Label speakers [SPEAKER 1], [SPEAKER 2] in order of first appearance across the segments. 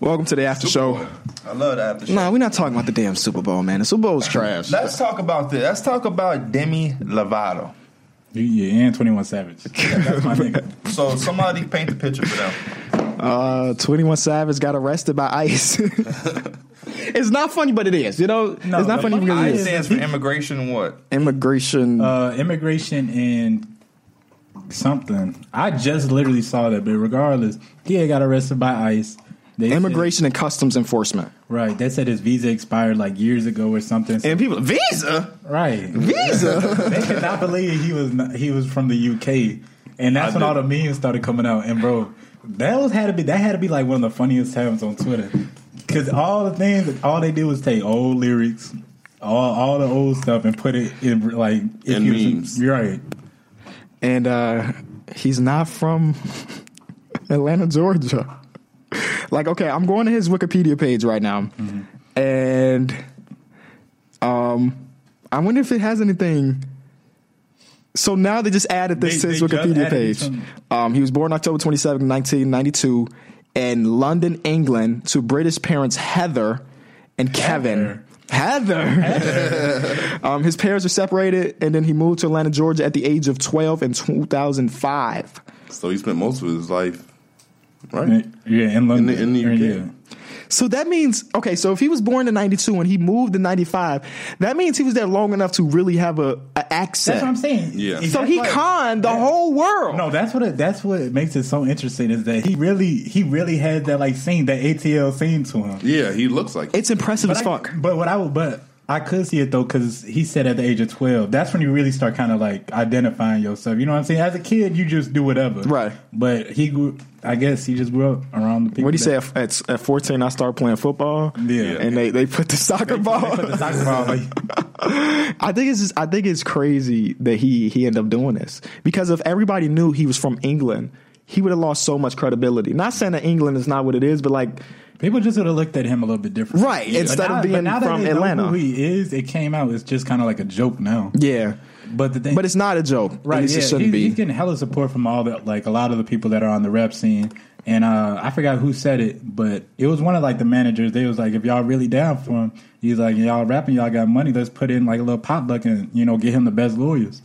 [SPEAKER 1] Welcome to the after show.
[SPEAKER 2] I love the after show.
[SPEAKER 1] Nah, we're not talking about the damn Super Bowl, man. The Super Bowl's trash.
[SPEAKER 2] Let's talk about this. Let's talk about Demi Lovato.
[SPEAKER 3] You- Yeah, and 21 Savage. Yeah, that's my nigga.
[SPEAKER 2] So somebody paint the picture for them.
[SPEAKER 1] Uh, 21 Savage got arrested by ICE. it's not funny, but it is. You know,
[SPEAKER 3] No,
[SPEAKER 1] it's not
[SPEAKER 3] the
[SPEAKER 1] funny
[SPEAKER 3] fuck
[SPEAKER 1] because
[SPEAKER 2] I
[SPEAKER 1] it is.
[SPEAKER 2] stands for immigration. What?
[SPEAKER 1] Immigration.
[SPEAKER 3] Uh, immigration and something. I just literally saw that, but regardless, he had got arrested by ICE. They said-
[SPEAKER 1] immigration and customs enforcement.
[SPEAKER 3] right. They said his visa expired like years ago or something.
[SPEAKER 1] And people, visa?
[SPEAKER 3] right.
[SPEAKER 1] Visa?
[SPEAKER 3] they could not believe he was not, he was from the UK, and that's when all the memes started coming out. And bro, that was had to be that had to be like one of the funniest times on Twitter because all the things all they did was take old lyrics, all all the old stuff, and put it in like if
[SPEAKER 2] In
[SPEAKER 3] you was-
[SPEAKER 2] memes.
[SPEAKER 3] Right,
[SPEAKER 1] and uh, he's not from Atlanta, Georgia. Like, okay, I'm going to his Wikipedia page right now,
[SPEAKER 3] Mm-hmm.
[SPEAKER 1] and um, I wonder if it has anything. So now they just added this
[SPEAKER 3] They-
[SPEAKER 1] to his
[SPEAKER 3] they just
[SPEAKER 1] Wikipedia
[SPEAKER 3] added
[SPEAKER 1] page.
[SPEAKER 3] some-
[SPEAKER 1] Um, he was born October 27, 1992, in London, England, to British parents Heather and Kevin. Heather. Um, his parents were separated, and then he moved to Atlanta, Georgia at the age of 12 in 2005.
[SPEAKER 4] So he spent most of his life,
[SPEAKER 3] yeah,
[SPEAKER 4] right?
[SPEAKER 3] in London,
[SPEAKER 4] in the UK.
[SPEAKER 3] yeah.
[SPEAKER 1] So that means, okay, so if he was born in 92 and he moved in 95, that means he was there long enough to really have a, a accent.
[SPEAKER 3] That's what I'm saying.
[SPEAKER 4] Yeah.
[SPEAKER 1] so
[SPEAKER 3] That's
[SPEAKER 1] he
[SPEAKER 3] like-
[SPEAKER 1] conned the whole world.
[SPEAKER 3] No, that's what it, that's what makes it so interesting is that he really he really had that like scene that ATL scene to him.
[SPEAKER 4] Yeah, he looks like
[SPEAKER 1] It's impressive as
[SPEAKER 3] I-
[SPEAKER 1] fuck.
[SPEAKER 3] But what I would, but I could see it though because he said at the age of twelve, that's when you really start kind of like identifying yourself. You know what I'm saying? As a kid, you just do whatever,
[SPEAKER 1] Right.
[SPEAKER 3] But he, grew, I guess, he just grew up around the people.
[SPEAKER 1] What do you say?
[SPEAKER 3] that-
[SPEAKER 1] At, at, at 14, I started playing football.
[SPEAKER 3] Yeah.
[SPEAKER 1] And they, they put the soccer
[SPEAKER 3] They
[SPEAKER 1] ball.
[SPEAKER 3] put the soccer ball, like,
[SPEAKER 1] I think it's just, I think it's crazy that he he ended up doing this because if everybody knew he was from England, he would have lost so much credibility. Not saying that England is not what it is, but like
[SPEAKER 3] people just would have looked at him a little bit different,
[SPEAKER 1] Right,
[SPEAKER 3] But
[SPEAKER 1] instead of
[SPEAKER 3] now- but
[SPEAKER 1] being
[SPEAKER 3] now that
[SPEAKER 1] from
[SPEAKER 3] they know
[SPEAKER 1] Atlanta.
[SPEAKER 3] who he is, it came out. It's just kind of like a joke now.
[SPEAKER 1] yeah,
[SPEAKER 3] But the thing,
[SPEAKER 1] but it's not a joke. At
[SPEAKER 3] Right,
[SPEAKER 1] least
[SPEAKER 3] yeah,
[SPEAKER 1] it shouldn't
[SPEAKER 3] he's, he's
[SPEAKER 1] be.
[SPEAKER 3] getting hella support from all the like a lot of the people that are on the rap scene. And uh, I forgot who said it, but it was one of like the managers. They was like, if y'all really down for him, he's like, y'all rapping, y'all got money. Let's put in like a little potluck and you know get him the best lawyers.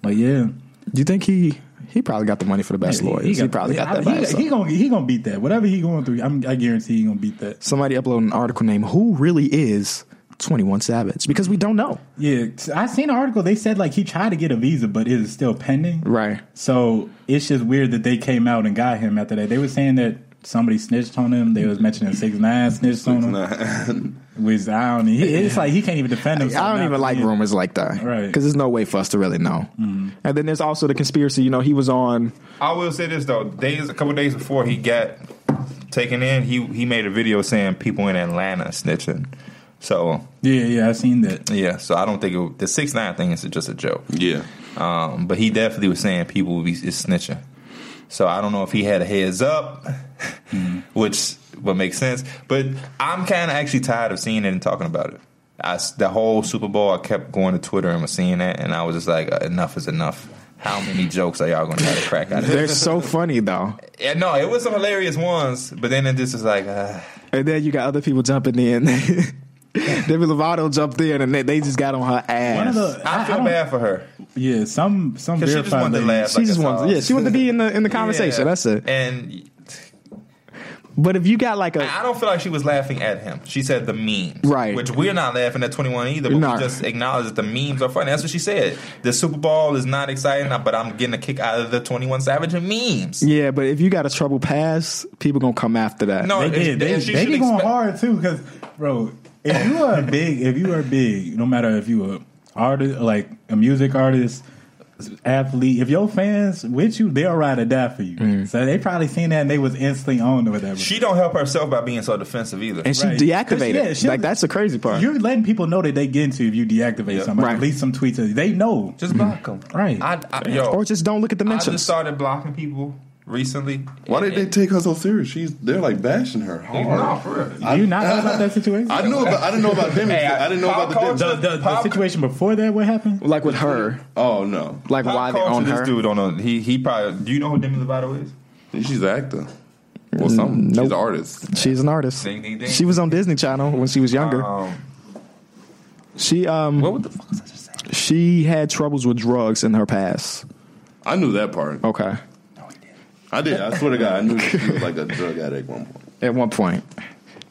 [SPEAKER 3] But yeah,
[SPEAKER 1] Do you think he he probably got the money for the best lawyers? He, probably got
[SPEAKER 3] I
[SPEAKER 1] that.
[SPEAKER 3] mean,
[SPEAKER 1] by
[SPEAKER 3] He,
[SPEAKER 1] himself.
[SPEAKER 3] he gonna he gonna beat that. Whatever he going through, I'm, I guarantee he gonna beat that.
[SPEAKER 1] Somebody uploaded an article named "Who Really Is." 21 Savage because we don't know.
[SPEAKER 3] Yeah, I seen an article. They said like he tried to get a visa, but it is still pending.
[SPEAKER 1] Right.
[SPEAKER 3] So it's just weird that they came out and got him after that. They were saying that somebody snitched on him. They was mentioning six nine snitched on him. Which I don't. He, it's like he can't even defend himself.
[SPEAKER 1] I don't
[SPEAKER 3] now.
[SPEAKER 1] even like
[SPEAKER 3] Yeah.
[SPEAKER 1] rumors like that.
[SPEAKER 3] Right. Mm-hmm.
[SPEAKER 1] Because there's no way for us to really know. And then there's also the conspiracy. You know, he was on
[SPEAKER 2] I will say this though. Days a couple days before he got taken in, he he made a video saying people in Atlanta snitching. So
[SPEAKER 3] Yeah, yeah, I seen that.
[SPEAKER 2] yeah, so I don't think it, the six nine thing is just a joke.
[SPEAKER 4] yeah.
[SPEAKER 2] Um, but he definitely was saying people would be is snitching. So I don't know if he had a heads up, which would make sense. But I'm kind of actually tired of seeing it and talking about it. I s the whole Super Bowl, I kept going to Twitter and was seeing that, and I was just like, uh, enough is enough. How many jokes are y'all going to try to crack out of it?
[SPEAKER 1] They're so funny though.
[SPEAKER 2] Yeah, no, it was some hilarious ones, but then it just was like, uh,
[SPEAKER 1] And then you got other people jumping in. Demi Lovato jumped in and they, they just got on her ass.
[SPEAKER 3] One of the
[SPEAKER 2] I, feel
[SPEAKER 3] don't-
[SPEAKER 2] bad for her
[SPEAKER 3] Yeah, some some
[SPEAKER 2] because she just
[SPEAKER 3] verified
[SPEAKER 2] wanted to
[SPEAKER 3] ladies-
[SPEAKER 2] laugh.
[SPEAKER 1] she just wants, yeah, she wanted to be in the in the conversation. That's it.
[SPEAKER 2] And
[SPEAKER 1] But if you got like a
[SPEAKER 2] I don't feel like she was laughing at him. She said the memes,
[SPEAKER 1] Right.
[SPEAKER 2] Which we're not laughing at twenty one either. But
[SPEAKER 1] Nah.
[SPEAKER 2] we just acknowledge that the memes are funny. That's what she said. The Super Bowl is not exciting, but I'm getting a kick out of the twenty one Savage and memes.
[SPEAKER 1] yeah, but if you got a trouble pass, people gonna come after that.
[SPEAKER 2] No,
[SPEAKER 3] They
[SPEAKER 2] it's-
[SPEAKER 3] did. They,
[SPEAKER 2] and she
[SPEAKER 3] they
[SPEAKER 2] should
[SPEAKER 3] be going
[SPEAKER 2] expect-
[SPEAKER 3] hard too, because bro, if you are big, if you are big, no matter if you a artist, like a music artist, athlete, if your fans with you, they'll ride or die for you. So they probably seen that and they was instantly on or whatever.
[SPEAKER 2] She don't help herself by being so defensive either.
[SPEAKER 1] and she
[SPEAKER 3] Right. 'Cause,
[SPEAKER 1] deactivated.
[SPEAKER 3] yeah, she-
[SPEAKER 1] like that's the crazy part.
[SPEAKER 3] You're letting people know that they get into if you deactivate
[SPEAKER 2] Yeah.
[SPEAKER 3] somebody.
[SPEAKER 1] Right.
[SPEAKER 3] At least some tweets. They know.
[SPEAKER 2] just block them,
[SPEAKER 3] Right.
[SPEAKER 2] I, I, yo,
[SPEAKER 1] or just don't look at the
[SPEAKER 2] I
[SPEAKER 1] mentions.
[SPEAKER 2] just started blocking people recently.
[SPEAKER 4] Why did
[SPEAKER 2] And-
[SPEAKER 4] they take her so serious? She's they're like bashing her hard.
[SPEAKER 2] No, for real.
[SPEAKER 3] Do you not know about that situation?
[SPEAKER 4] I knew about I didn't know about Demi.
[SPEAKER 2] Hey,
[SPEAKER 4] I didn't know
[SPEAKER 2] pop
[SPEAKER 4] about the Demi.
[SPEAKER 2] culture-
[SPEAKER 3] the, the, the
[SPEAKER 2] Pop-
[SPEAKER 3] situation before that, what happened?
[SPEAKER 1] like with her,
[SPEAKER 4] Oh no,
[SPEAKER 1] like why
[SPEAKER 2] Pop
[SPEAKER 1] they
[SPEAKER 2] culture,
[SPEAKER 1] on
[SPEAKER 2] this
[SPEAKER 1] her.
[SPEAKER 2] dude on a, he he probably. Do you know who Demi Lovato is?
[SPEAKER 4] she's an actor. Well, something.
[SPEAKER 1] Mm, Nope.
[SPEAKER 4] She's an artist.
[SPEAKER 1] She's an artist.
[SPEAKER 2] Ding, ding, ding.
[SPEAKER 1] She was on Disney Channel when she was younger.
[SPEAKER 2] Um,
[SPEAKER 1] she um
[SPEAKER 2] what the fuck was I just saying?
[SPEAKER 1] she had troubles with drugs in her past.
[SPEAKER 4] I knew that part.
[SPEAKER 1] Okay.
[SPEAKER 4] I did. I swear to God, I knew she was like a drug addict at one point.
[SPEAKER 1] At one point.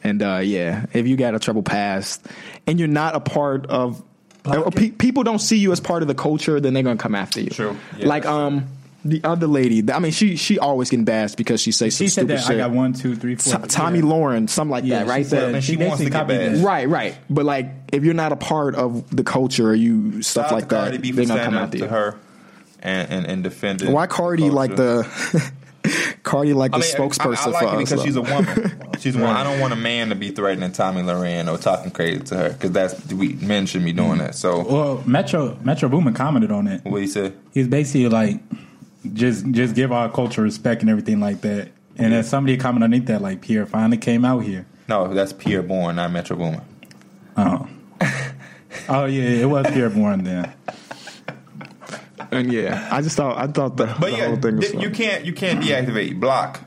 [SPEAKER 1] And uh yeah, if you got a trouble past and you're not a part of uh, pe- people don't see you as part of the culture, then they're going to come after you.
[SPEAKER 2] True. Yeah,
[SPEAKER 1] like
[SPEAKER 2] that's
[SPEAKER 1] um the other lady, th- I mean she she always getting bashed because she says some
[SPEAKER 3] She said
[SPEAKER 1] stupid
[SPEAKER 3] that
[SPEAKER 1] shit.
[SPEAKER 3] I got one, two, three, four.
[SPEAKER 1] T- Tommy Lauren, something like that, right?
[SPEAKER 3] She,
[SPEAKER 1] That-
[SPEAKER 3] said,
[SPEAKER 2] man, she
[SPEAKER 3] she,
[SPEAKER 2] wants
[SPEAKER 3] basically
[SPEAKER 2] to get
[SPEAKER 3] copied
[SPEAKER 2] bad.
[SPEAKER 3] that.
[SPEAKER 1] Right, right. But like, if you're not a part of the culture, you stuff
[SPEAKER 2] Shout out
[SPEAKER 1] like
[SPEAKER 2] to Cardi
[SPEAKER 1] that,
[SPEAKER 2] B for
[SPEAKER 1] they're gonna
[SPEAKER 2] standing
[SPEAKER 1] come
[SPEAKER 2] up
[SPEAKER 1] after
[SPEAKER 2] to
[SPEAKER 1] you.
[SPEAKER 2] her and and, and defended.
[SPEAKER 1] Why Cardi
[SPEAKER 2] culture.
[SPEAKER 1] like the Cardi like the spokesperson
[SPEAKER 2] I, I like
[SPEAKER 1] for
[SPEAKER 2] it
[SPEAKER 1] us?
[SPEAKER 2] because
[SPEAKER 1] though.
[SPEAKER 2] she's a woman. She's a woman. I don't want a man to be threatening Tommy Loren or talking crazy to her because that's we men shouldn't be
[SPEAKER 1] Mm.
[SPEAKER 2] doing that. So
[SPEAKER 3] Well, Metro Metro Boomin commented on it.
[SPEAKER 2] what he said,
[SPEAKER 3] He's basically like, just just give our culture respect and everything like that. And then somebody commented underneath that, like, Pierre finally came out here.
[SPEAKER 2] no, that's Pierre Bourne, not Metro Boomin.
[SPEAKER 3] Oh, oh yeah, it was Pierre Bourne then.
[SPEAKER 1] and yeah, I just thought I thought the,
[SPEAKER 2] But
[SPEAKER 1] the
[SPEAKER 2] yeah,
[SPEAKER 1] whole thing was
[SPEAKER 2] th-
[SPEAKER 1] fun.
[SPEAKER 2] you can't you can't deactivate block.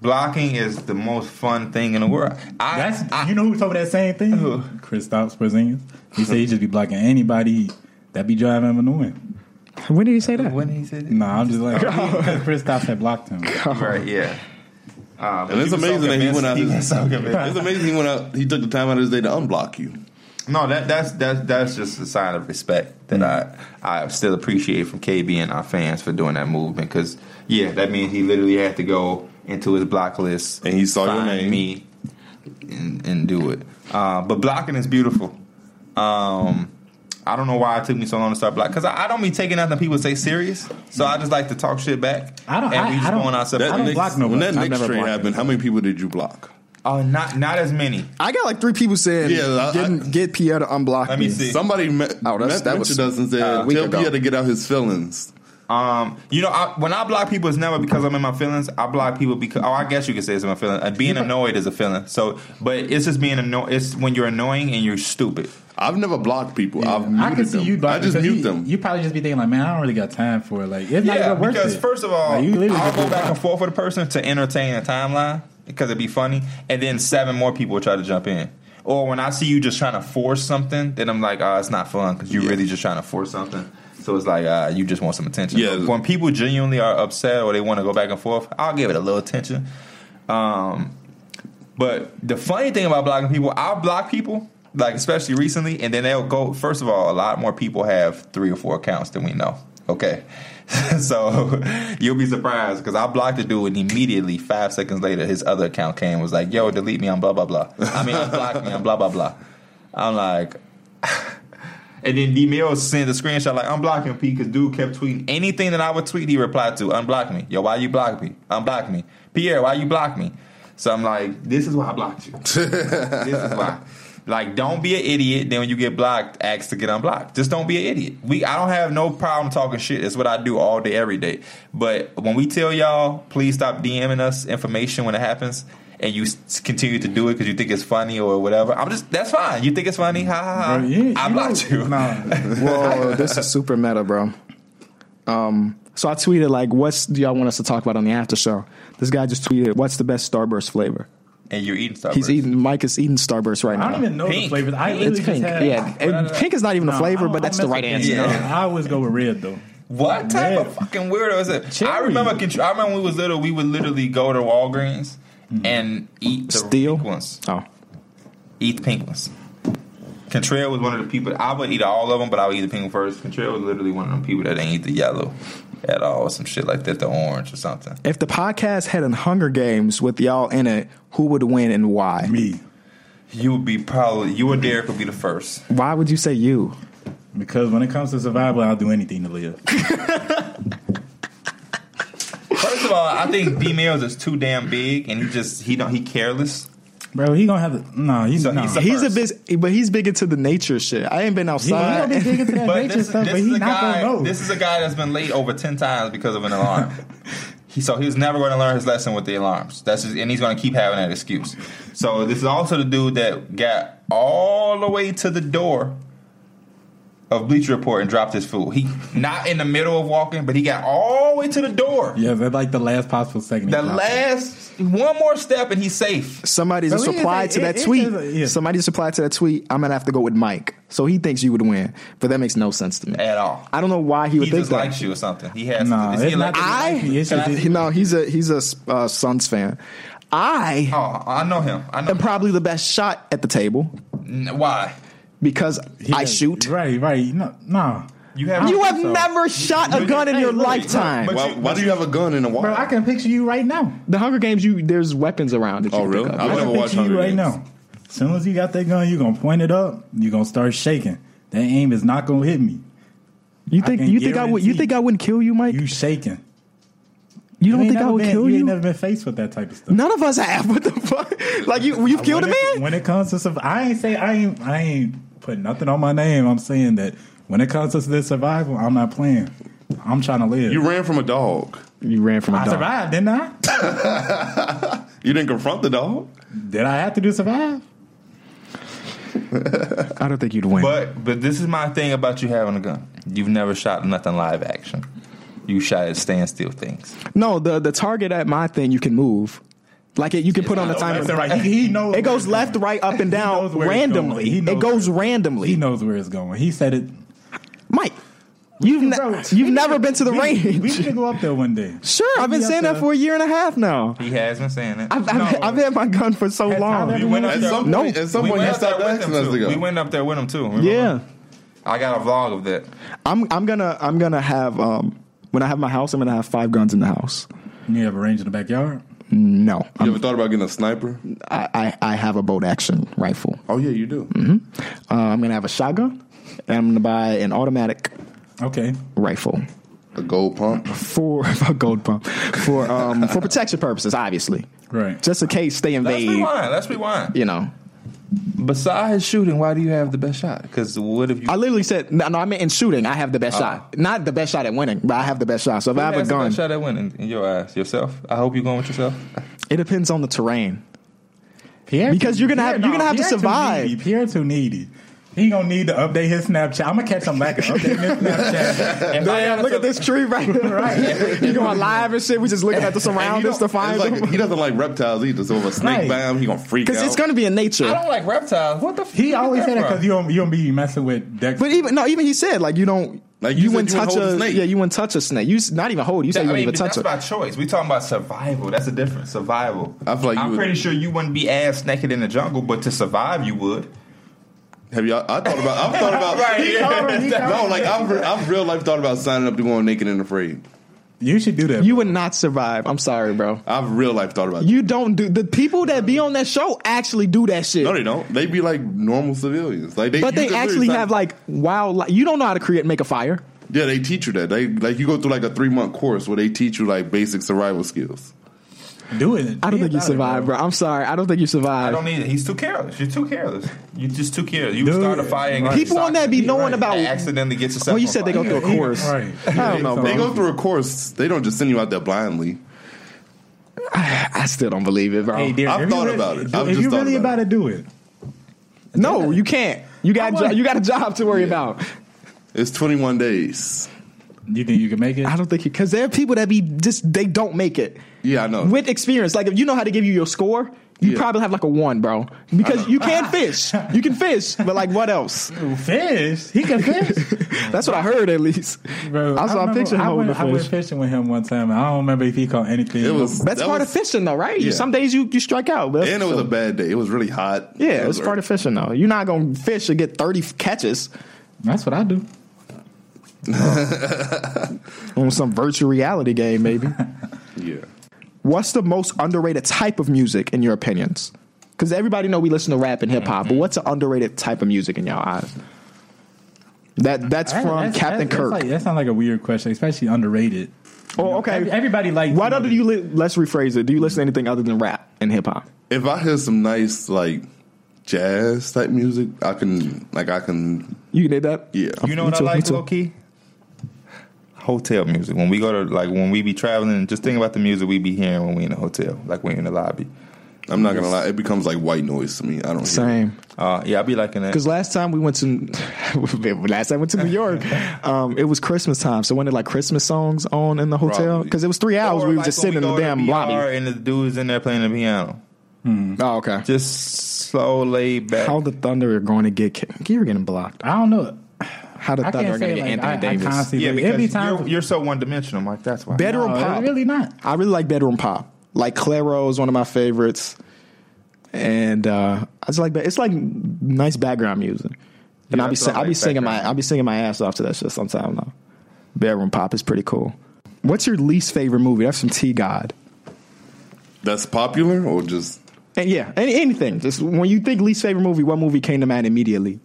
[SPEAKER 2] Blocking is the most fun thing in the world. I,
[SPEAKER 3] That's
[SPEAKER 2] I-
[SPEAKER 3] you know who told me that same thing?
[SPEAKER 2] Who?
[SPEAKER 3] Kristaps Porzingis. He said he just be blocking anybody that be driving him annoying.
[SPEAKER 1] when did he say that?
[SPEAKER 2] when he said it?
[SPEAKER 3] Nah, I'm just like Kristaps had blocked him.
[SPEAKER 2] Right, yeah.
[SPEAKER 3] Oh,
[SPEAKER 2] Uh, but
[SPEAKER 4] And it's
[SPEAKER 2] he was so
[SPEAKER 4] amazing that he
[SPEAKER 2] convinced-
[SPEAKER 4] went out.
[SPEAKER 2] was
[SPEAKER 4] His,
[SPEAKER 2] so convinced.
[SPEAKER 4] it's amazing he went out. He took the time out of his day to unblock you.
[SPEAKER 2] No, that that's that's that's just a sign of respect that
[SPEAKER 4] Mm.
[SPEAKER 2] I I still appreciate from KB and our fans for doing that movement because yeah, that means he literally had to go into his block list
[SPEAKER 4] And he saw your
[SPEAKER 2] find
[SPEAKER 4] name.
[SPEAKER 2] me, and, and do it. Uh, but blocking is beautiful. Um, I don't know why it took me so long to start blocking because I, I don't be taking nothing people say serious, so I just like to talk shit back.
[SPEAKER 3] I don't-
[SPEAKER 2] And
[SPEAKER 3] I-
[SPEAKER 2] we just
[SPEAKER 3] I don't-
[SPEAKER 2] going our
[SPEAKER 3] I
[SPEAKER 4] That
[SPEAKER 3] don't
[SPEAKER 2] separate.
[SPEAKER 4] Knicks-
[SPEAKER 3] block nobody.
[SPEAKER 4] When that
[SPEAKER 1] I've
[SPEAKER 4] Knicks
[SPEAKER 1] never
[SPEAKER 4] trade
[SPEAKER 1] blocked
[SPEAKER 4] happened, how many people did you block?
[SPEAKER 2] Oh, not not as many.
[SPEAKER 1] I got like three people saying,
[SPEAKER 4] Yeah, I-
[SPEAKER 1] get, get Pierre to unblock
[SPEAKER 2] Let me
[SPEAKER 1] me."
[SPEAKER 2] see.
[SPEAKER 4] Somebody met,
[SPEAKER 1] Oh, that's- that
[SPEAKER 4] met that
[SPEAKER 1] was uh,
[SPEAKER 4] us and said,
[SPEAKER 1] a week
[SPEAKER 4] "Tell
[SPEAKER 1] ago.
[SPEAKER 4] Pierre to get out his feelings."
[SPEAKER 2] Um, you know, I, when I block people, it's never because I'm in my feelings. I block people because, oh, I guess you could say it's in my feelings. Uh, being annoyed is a feeling. So, but it's just being annoyed. It's when you're annoying and you're stupid.
[SPEAKER 4] I've never blocked people. I've muted
[SPEAKER 3] I can see
[SPEAKER 4] them.
[SPEAKER 3] you
[SPEAKER 4] I
[SPEAKER 3] blocking.
[SPEAKER 4] just
[SPEAKER 3] 'cause
[SPEAKER 4] mute
[SPEAKER 3] you,
[SPEAKER 4] them.
[SPEAKER 3] You probably just be thinking like, man, I don't really got time for it. Like, it's not
[SPEAKER 2] yeah,
[SPEAKER 3] even worth
[SPEAKER 2] because
[SPEAKER 3] it.
[SPEAKER 2] first of all,
[SPEAKER 3] Like, you literally
[SPEAKER 2] I'll
[SPEAKER 3] just
[SPEAKER 2] go back
[SPEAKER 3] be blocking.
[SPEAKER 2] and forth with a person to entertain a timeline because it'd be funny, and then seven more people will try to jump in. Or when I see you just trying to force something, then I'm like, oh, it's not fun because you're really just trying to force something. So it's like uh, you just want some attention.
[SPEAKER 4] Yeah.
[SPEAKER 2] But When people genuinely are upset or they want to go back and forth, I'll give it a little attention. Um, but the funny thing about blocking people, I'll block people, like especially recently, and then they'll go. First of all, a lot more people have three or four accounts than we know. Okay. so you'll be surprised because I blocked the dude and immediately five seconds later his other account came and was like, yo, delete me, I'm blah blah blah. I mean unblock me, I'm blah blah blah. I'm like and then D Mill sent a screenshot like unblock him P because dude kept tweeting anything that I would tweet he replied to unblock me yo why you block me unblock me Pierre why you block me so I'm like this is why I blocked you this is why like don't be an idiot then when you get blocked ask to get unblocked just don't be an idiot we I don't have no problem talking shit it's what I do all day every day but when we tell y'all please stop DMing us information when it happens and you s- continue to do it because you think it's funny or whatever I'm just that's fine you think it's funny ha ha ha
[SPEAKER 3] Bro, you-
[SPEAKER 2] I
[SPEAKER 3] you
[SPEAKER 2] blocked
[SPEAKER 3] know-
[SPEAKER 2] you
[SPEAKER 3] Nah,
[SPEAKER 1] Whoa, this is super meta, bro. Um, so I tweeted like, "What's do y'all want us to talk about on the after show?" This guy just tweeted, "What's the best Starburst flavor?"
[SPEAKER 2] and you're eating Starburst.
[SPEAKER 1] He's eating. Mike is eating Starburst right
[SPEAKER 3] I
[SPEAKER 1] now.
[SPEAKER 3] don't even know
[SPEAKER 2] Pink.
[SPEAKER 3] the flavors. I literally
[SPEAKER 1] it's
[SPEAKER 3] just
[SPEAKER 1] pink.
[SPEAKER 3] Had,
[SPEAKER 1] yeah, and pink is not even a
[SPEAKER 3] Nah, I
[SPEAKER 1] flavor,
[SPEAKER 3] don't-
[SPEAKER 1] but
[SPEAKER 3] I
[SPEAKER 1] that's the
[SPEAKER 3] don't
[SPEAKER 1] right
[SPEAKER 3] mess
[SPEAKER 1] answer.
[SPEAKER 3] with
[SPEAKER 2] answer.
[SPEAKER 3] pink. No, I always go with red though.
[SPEAKER 2] What type
[SPEAKER 3] Yeah.
[SPEAKER 2] of fucking weirdo is it? I
[SPEAKER 3] Cherry.
[SPEAKER 2] remember. contr- I remember when we was little. We would literally go to Walgreens
[SPEAKER 1] Hmm.
[SPEAKER 2] and eat the
[SPEAKER 1] Steel?
[SPEAKER 2] pink ones.
[SPEAKER 1] Oh,
[SPEAKER 2] Eat the pink ones. Contreras was one of the people. I would eat all of them, but I would eat the pink one first. Contreras was literally one of them people that didn't eat the yellow at all, or some shit like that, the orange or something.
[SPEAKER 1] if the podcast had an Hunger Games with y'all in it, who would win and why?
[SPEAKER 3] Me,
[SPEAKER 2] You would be probably you and Derek would be the first.
[SPEAKER 1] Why would you say you?
[SPEAKER 3] because when it comes to survival, I'll do anything to live.
[SPEAKER 2] First of all, I think D Mills is too damn big, and he just he don't he careless.
[SPEAKER 3] Bro, he gonna have to. No, he's
[SPEAKER 2] So
[SPEAKER 3] no.
[SPEAKER 2] he's
[SPEAKER 3] He-
[SPEAKER 1] He's a
[SPEAKER 2] first.
[SPEAKER 1] bit, but he's big into the nature shit. I ain't been
[SPEAKER 3] he gonna
[SPEAKER 1] outside.
[SPEAKER 3] be big into that
[SPEAKER 2] But
[SPEAKER 3] nature
[SPEAKER 2] this,
[SPEAKER 3] stuff,
[SPEAKER 2] this
[SPEAKER 3] but
[SPEAKER 2] is
[SPEAKER 3] he's
[SPEAKER 2] a
[SPEAKER 3] not
[SPEAKER 2] guy.
[SPEAKER 3] gonna know.
[SPEAKER 2] This is a guy that's been late over ten times because of an alarm. he, so he was never going to learn his lesson with the alarms. That's just, and he's going to keep having that excuse. So this is also the dude that got all the way to the door of Bleacher Report and dropped his food. He not in the middle of walking, but he got all the way to the door.
[SPEAKER 3] Yeah, that's like the last possible second. he
[SPEAKER 2] The
[SPEAKER 3] dropped it.
[SPEAKER 2] last one more step and he's safe.
[SPEAKER 1] Somebody's a
[SPEAKER 3] But we-
[SPEAKER 1] supply
[SPEAKER 3] it-
[SPEAKER 1] to that
[SPEAKER 3] it- it
[SPEAKER 1] tweet.
[SPEAKER 3] is a- yeah.
[SPEAKER 1] Somebody's a supply to that tweet. I'm gonna have to go with Mike. So he thinks you would win, but that makes no sense to me.
[SPEAKER 2] At all.
[SPEAKER 1] I don't know why he would
[SPEAKER 2] He
[SPEAKER 1] think
[SPEAKER 2] just
[SPEAKER 1] that.
[SPEAKER 2] likes you or something. He has
[SPEAKER 3] Nah,
[SPEAKER 2] to. Is he
[SPEAKER 3] it's
[SPEAKER 2] like,
[SPEAKER 3] not-
[SPEAKER 1] I
[SPEAKER 3] It's just-
[SPEAKER 1] He- no, he's a he's a uh, Suns fan. I
[SPEAKER 2] oh, I know him. I know
[SPEAKER 1] am probably the best shot at the table
[SPEAKER 2] N- why.
[SPEAKER 1] because
[SPEAKER 3] He
[SPEAKER 1] I
[SPEAKER 3] does-
[SPEAKER 1] shoot.
[SPEAKER 3] Right, right. No, no.
[SPEAKER 2] You have
[SPEAKER 1] You have
[SPEAKER 3] So-
[SPEAKER 1] never shot a gun in
[SPEAKER 3] Hey,
[SPEAKER 1] your
[SPEAKER 3] look,
[SPEAKER 1] lifetime.
[SPEAKER 2] but-
[SPEAKER 4] Why, why do you have a gun in the wall?
[SPEAKER 3] Bro, I can picture you right now.
[SPEAKER 1] The Hunger Games, you there's weapons around. That you
[SPEAKER 4] Oh,
[SPEAKER 1] can
[SPEAKER 4] really?
[SPEAKER 1] pick up.
[SPEAKER 4] I
[SPEAKER 3] I
[SPEAKER 4] would
[SPEAKER 3] can
[SPEAKER 4] never watch
[SPEAKER 3] picture you
[SPEAKER 4] Hunger
[SPEAKER 3] right
[SPEAKER 4] Games.
[SPEAKER 3] now. As soon as you got that gun, you're gonna point it up. You're gonna start shaking. That aim is not gonna hit me.
[SPEAKER 1] You
[SPEAKER 3] I
[SPEAKER 1] think
[SPEAKER 3] can
[SPEAKER 1] you think I would you
[SPEAKER 3] guarantee-
[SPEAKER 1] think I wouldn't kill you, Mike?
[SPEAKER 3] You
[SPEAKER 1] You,
[SPEAKER 3] shaking.
[SPEAKER 1] don't
[SPEAKER 3] ain't
[SPEAKER 1] think I
[SPEAKER 3] never
[SPEAKER 1] would
[SPEAKER 3] been-
[SPEAKER 1] kill
[SPEAKER 3] You
[SPEAKER 1] you?
[SPEAKER 3] ain't never been faced with that type of stuff.
[SPEAKER 1] None of us have. What the fuck? Like you you've killed a
[SPEAKER 3] when It,
[SPEAKER 1] man?
[SPEAKER 3] when it comes to survival, I ain't say I ain't I ain't put nothing on my name. I'm saying that when it comes to this survival, I'm not playing. I'm trying to live.
[SPEAKER 4] You ran from a dog.
[SPEAKER 1] You ran from a
[SPEAKER 3] I
[SPEAKER 1] dog.
[SPEAKER 3] survived, didn't I?
[SPEAKER 4] You didn't confront the dog.
[SPEAKER 3] Did I have to do survive?
[SPEAKER 1] I don't think you'd win.
[SPEAKER 2] But but this is my thing about you having a gun. You've never shot nothing live action. You shot at standstill things.
[SPEAKER 1] no, the the target at my thing you can move. Like it, you can put on the
[SPEAKER 4] I know.
[SPEAKER 1] timer.
[SPEAKER 4] That's
[SPEAKER 3] That's right. He, he knows
[SPEAKER 1] It goes
[SPEAKER 3] where
[SPEAKER 1] left, right, up, and
[SPEAKER 3] knows
[SPEAKER 1] down
[SPEAKER 3] where it's
[SPEAKER 1] randomly.
[SPEAKER 3] going. He knows
[SPEAKER 1] It goes
[SPEAKER 3] He
[SPEAKER 1] randomly.
[SPEAKER 3] knows where it's going. He said it.
[SPEAKER 1] Mike, you've ne-
[SPEAKER 3] Bro, we
[SPEAKER 1] you've
[SPEAKER 3] need
[SPEAKER 1] never
[SPEAKER 3] to-
[SPEAKER 1] been to the
[SPEAKER 3] we- We need
[SPEAKER 1] range.
[SPEAKER 3] to go up there one day.
[SPEAKER 1] Sure, I've been
[SPEAKER 3] We up
[SPEAKER 1] saying that
[SPEAKER 3] there.
[SPEAKER 1] for a year and a half now.
[SPEAKER 2] He has been saying it.
[SPEAKER 1] I've, I've,
[SPEAKER 3] No.
[SPEAKER 1] I've had my gun for so
[SPEAKER 3] Has
[SPEAKER 1] long.
[SPEAKER 3] Tyler-
[SPEAKER 4] You went
[SPEAKER 3] No.
[SPEAKER 4] at some
[SPEAKER 1] No.
[SPEAKER 4] point. At some
[SPEAKER 2] we
[SPEAKER 4] point,
[SPEAKER 2] went
[SPEAKER 4] you
[SPEAKER 2] up there
[SPEAKER 4] stopped
[SPEAKER 2] with him
[SPEAKER 4] asking us to
[SPEAKER 2] too.
[SPEAKER 4] go.
[SPEAKER 2] We went up there with him too. remember?
[SPEAKER 1] Yeah,
[SPEAKER 2] I got a vlog of that.
[SPEAKER 1] I'm I'm gonna I'm gonna have um when I have my house I'm gonna have five guns in the house.
[SPEAKER 3] You have a range in the backyard.
[SPEAKER 1] No,
[SPEAKER 4] You ever thought about getting a sniper?
[SPEAKER 1] I I, I have a bolt action rifle.
[SPEAKER 4] Oh yeah, you do.
[SPEAKER 1] Uh, I'm gonna have a shotgun. And I'm gonna buy an automatic
[SPEAKER 3] Okay.
[SPEAKER 1] rifle
[SPEAKER 4] A gold pump.
[SPEAKER 1] for a gold pump for um for protection purposes, obviously.
[SPEAKER 3] Right.
[SPEAKER 1] Just in case they
[SPEAKER 2] Let's
[SPEAKER 1] invade.
[SPEAKER 2] rewind. Let's rewind.
[SPEAKER 1] You know,
[SPEAKER 2] Besides shooting, why do you have the best shot? Because what if you
[SPEAKER 1] I literally said no. no I meant in shooting, I have the best shot. Not the best shot at winning, but I have the best shot. So if I have a
[SPEAKER 2] That's the
[SPEAKER 1] gun,
[SPEAKER 2] best shot at winning in your eyes yourself? I hope you're going with yourself.
[SPEAKER 1] it depends on the terrain.
[SPEAKER 3] Pierre
[SPEAKER 1] Because you're gonna have- you're gonna have to
[SPEAKER 3] too
[SPEAKER 1] survive.
[SPEAKER 3] needy. Pierre too needy. He gonna need to update his Snapchat. I'm gonna catch him back and update his Snapchat.
[SPEAKER 2] If I
[SPEAKER 1] Damn,
[SPEAKER 2] gotta
[SPEAKER 1] look at
[SPEAKER 2] sur-
[SPEAKER 1] this tree right here. right. you going live and shit. We just looking at the
[SPEAKER 4] And you
[SPEAKER 1] surroundings to
[SPEAKER 4] don't-
[SPEAKER 1] find
[SPEAKER 4] it's like-
[SPEAKER 1] them.
[SPEAKER 4] He doesn't like reptiles either. So if a snake
[SPEAKER 3] Right.
[SPEAKER 4] bam, he gonna freak
[SPEAKER 1] Because
[SPEAKER 4] out.
[SPEAKER 1] it's going to be in
[SPEAKER 2] I
[SPEAKER 1] nature.
[SPEAKER 2] don't like reptiles. What the? fuck
[SPEAKER 3] He
[SPEAKER 2] is
[SPEAKER 3] always said it
[SPEAKER 2] from?
[SPEAKER 3] because you don't you don't be messing with Dex.
[SPEAKER 1] But even no, even he said like you don't.
[SPEAKER 4] Like,
[SPEAKER 1] you,
[SPEAKER 4] you said
[SPEAKER 1] wouldn't
[SPEAKER 4] you wouldn't
[SPEAKER 1] touch
[SPEAKER 4] hold
[SPEAKER 1] a,
[SPEAKER 4] a snake.
[SPEAKER 1] yeah. You wouldn't touch a snake. You s- not even hold. it. You said you
[SPEAKER 2] I
[SPEAKER 1] wouldn't even
[SPEAKER 2] mean,
[SPEAKER 1] touch
[SPEAKER 2] that's
[SPEAKER 1] it.
[SPEAKER 2] by choice. We talking about survival. That's a difference. Survival.
[SPEAKER 4] I feel like you
[SPEAKER 2] I'm
[SPEAKER 4] would-
[SPEAKER 2] pretty sure you wouldn't be ass naked in the jungle, but to survive, you would.
[SPEAKER 4] Have y'all? I thought about. I've thought about.
[SPEAKER 2] Right, He yeah.
[SPEAKER 3] covered, he
[SPEAKER 4] No,
[SPEAKER 3] covered.
[SPEAKER 4] like I've, re- I've real life thought about signing up to going naked and afraid.
[SPEAKER 3] you should do that.
[SPEAKER 1] You would not survive. I'm sorry, bro.
[SPEAKER 4] I've real life thought about.
[SPEAKER 1] You don't do the people that be on that show actually do that shit.
[SPEAKER 4] no, they don't. They be like normal civilians. Like they,
[SPEAKER 1] but
[SPEAKER 4] you
[SPEAKER 1] they
[SPEAKER 4] could
[SPEAKER 1] actually
[SPEAKER 4] literally
[SPEAKER 1] have
[SPEAKER 4] sign-
[SPEAKER 1] like wild. You don't know how to create make a fire.
[SPEAKER 4] Yeah, they teach you that. They like you go through like a three month course where they teach you like basic survival skills.
[SPEAKER 3] do it.
[SPEAKER 1] I don't think
[SPEAKER 3] Be
[SPEAKER 1] you
[SPEAKER 3] about it,
[SPEAKER 1] survive, bro. I'm sorry. I don't think you
[SPEAKER 2] I
[SPEAKER 1] survive.
[SPEAKER 2] don't need it. He's too careless. You're too careless. You just too careless. You
[SPEAKER 3] Dude,
[SPEAKER 2] start a fire. And get
[SPEAKER 1] People
[SPEAKER 2] socked
[SPEAKER 1] on that be
[SPEAKER 2] in.
[SPEAKER 1] knowing
[SPEAKER 2] Right.
[SPEAKER 1] about-
[SPEAKER 2] And accidentally get yourself.
[SPEAKER 1] Well, you
[SPEAKER 2] on
[SPEAKER 1] said they go through a
[SPEAKER 2] fire.
[SPEAKER 3] Yeah, even-
[SPEAKER 1] course.
[SPEAKER 3] right.
[SPEAKER 1] I don't know,
[SPEAKER 4] They
[SPEAKER 1] bro.
[SPEAKER 4] go through a course. They don't just send you out there blindly.
[SPEAKER 1] I still don't believe it, bro.
[SPEAKER 3] Hey, dear,
[SPEAKER 4] I've
[SPEAKER 3] if you
[SPEAKER 4] thought
[SPEAKER 3] really-
[SPEAKER 4] about it.
[SPEAKER 3] If
[SPEAKER 4] I've just
[SPEAKER 3] you
[SPEAKER 4] thought
[SPEAKER 3] really
[SPEAKER 4] about
[SPEAKER 3] about to do it,
[SPEAKER 1] no, you can't. You got
[SPEAKER 3] I would.
[SPEAKER 1] jo- you got a job to worry about.
[SPEAKER 4] It's twenty one days.
[SPEAKER 3] you think you can make it?
[SPEAKER 1] I don't think because there are people that be just they don't make it
[SPEAKER 4] Yeah, I know.
[SPEAKER 1] with experience. Like if you know how to give you your score, you
[SPEAKER 4] Oh. Yeah.
[SPEAKER 1] probably have like a one, bro. Because you can fish, you can fish, but like what else?
[SPEAKER 3] Fish. He can fish.
[SPEAKER 1] That's what I heard at least.
[SPEAKER 3] Bro,
[SPEAKER 1] I saw a
[SPEAKER 3] remember
[SPEAKER 1] picture of him
[SPEAKER 3] I
[SPEAKER 1] holding
[SPEAKER 3] went,
[SPEAKER 1] a
[SPEAKER 3] I went
[SPEAKER 1] fish.
[SPEAKER 3] fishing with him one time. and I don't remember if he caught anything.
[SPEAKER 4] it was
[SPEAKER 1] That's
[SPEAKER 4] that
[SPEAKER 1] part
[SPEAKER 4] was-
[SPEAKER 1] of fishing, though, right?
[SPEAKER 4] Yeah.
[SPEAKER 1] Some days you you strike out, but
[SPEAKER 4] And it was a bad day. It was really hot.
[SPEAKER 1] yeah, it's part of fishing though. You're not gonna fish or get thirty catches
[SPEAKER 3] That's what I do.
[SPEAKER 1] on some virtual reality game, maybe.
[SPEAKER 4] Yeah.
[SPEAKER 1] what's the most underrated type of music in your opinions? Because everybody know we listen to rap and hip hop, but
[SPEAKER 3] Mm-hmm.
[SPEAKER 1] what's an underrated type of music in your eyes? That that's
[SPEAKER 3] That-
[SPEAKER 1] from
[SPEAKER 3] that's-
[SPEAKER 1] Captain
[SPEAKER 3] that's- that's
[SPEAKER 1] Kirk.
[SPEAKER 3] like- that sounds like a weird question, especially underrated.
[SPEAKER 1] oh, okay.
[SPEAKER 3] Every- everybody likes.
[SPEAKER 1] Why don't do you? Li- let's rephrase it. Do you listen to anything other than rap and hip hop?
[SPEAKER 4] If I hear some nice like jazz type music, I can like I can
[SPEAKER 1] You did that?
[SPEAKER 4] yeah.
[SPEAKER 2] You know
[SPEAKER 1] Me
[SPEAKER 2] what
[SPEAKER 1] too,
[SPEAKER 2] I
[SPEAKER 1] me
[SPEAKER 2] like,
[SPEAKER 1] too.
[SPEAKER 2] low key? Hotel music. When we go to like when we be traveling, just think about the music we be hearing when we in the hotel, like when we in the lobby.
[SPEAKER 4] I'm not gonna lie, it becomes like white noise to me. I don't hear it.
[SPEAKER 1] Same.
[SPEAKER 2] Uh, yeah, I be liking that.
[SPEAKER 1] Because last time we went to last time we went to New York, um, it was Christmas time. So when they like Christmas songs on in the hotel,
[SPEAKER 4] Probably.
[SPEAKER 1] because it was three hours,
[SPEAKER 2] Or
[SPEAKER 1] we were
[SPEAKER 2] like
[SPEAKER 1] just
[SPEAKER 2] when
[SPEAKER 1] sitting in
[SPEAKER 2] we
[SPEAKER 1] the
[SPEAKER 2] go to
[SPEAKER 1] damn
[SPEAKER 2] VR
[SPEAKER 1] lobby.
[SPEAKER 2] and the dude's in there playing the piano.
[SPEAKER 1] Oh, okay.
[SPEAKER 2] Just slow, laid back.
[SPEAKER 1] How the Thunder are going to get ki- you're getting blocked?
[SPEAKER 3] I don't know.
[SPEAKER 1] How the
[SPEAKER 3] I
[SPEAKER 1] Thunder
[SPEAKER 3] can't
[SPEAKER 1] are going
[SPEAKER 3] say
[SPEAKER 1] to get
[SPEAKER 3] like,
[SPEAKER 1] Anthony
[SPEAKER 3] I, I
[SPEAKER 1] Davis?
[SPEAKER 3] can't see
[SPEAKER 2] yeah,
[SPEAKER 3] like,
[SPEAKER 2] because
[SPEAKER 3] every time
[SPEAKER 2] you're, you're so one dimensional, Mike. That's why.
[SPEAKER 1] Bedroom
[SPEAKER 3] No,
[SPEAKER 1] pop.
[SPEAKER 3] really not.
[SPEAKER 1] I really like bedroom pop. Like Claro is one of my favorites, and uh, I just like it's like nice background music. And
[SPEAKER 2] Yeah,
[SPEAKER 1] I'll be
[SPEAKER 2] that's
[SPEAKER 1] sing-
[SPEAKER 2] what I
[SPEAKER 1] I'll be
[SPEAKER 2] like,
[SPEAKER 1] singing my
[SPEAKER 2] background.
[SPEAKER 1] I'll be singing my ass off to that shit sometime though. Bedroom pop is pretty cool. What's your least favorite movie? That's from T God.
[SPEAKER 4] That's popular or just
[SPEAKER 1] And yeah, any, anything. Just when you think least favorite movie, what movie came to mind immediately?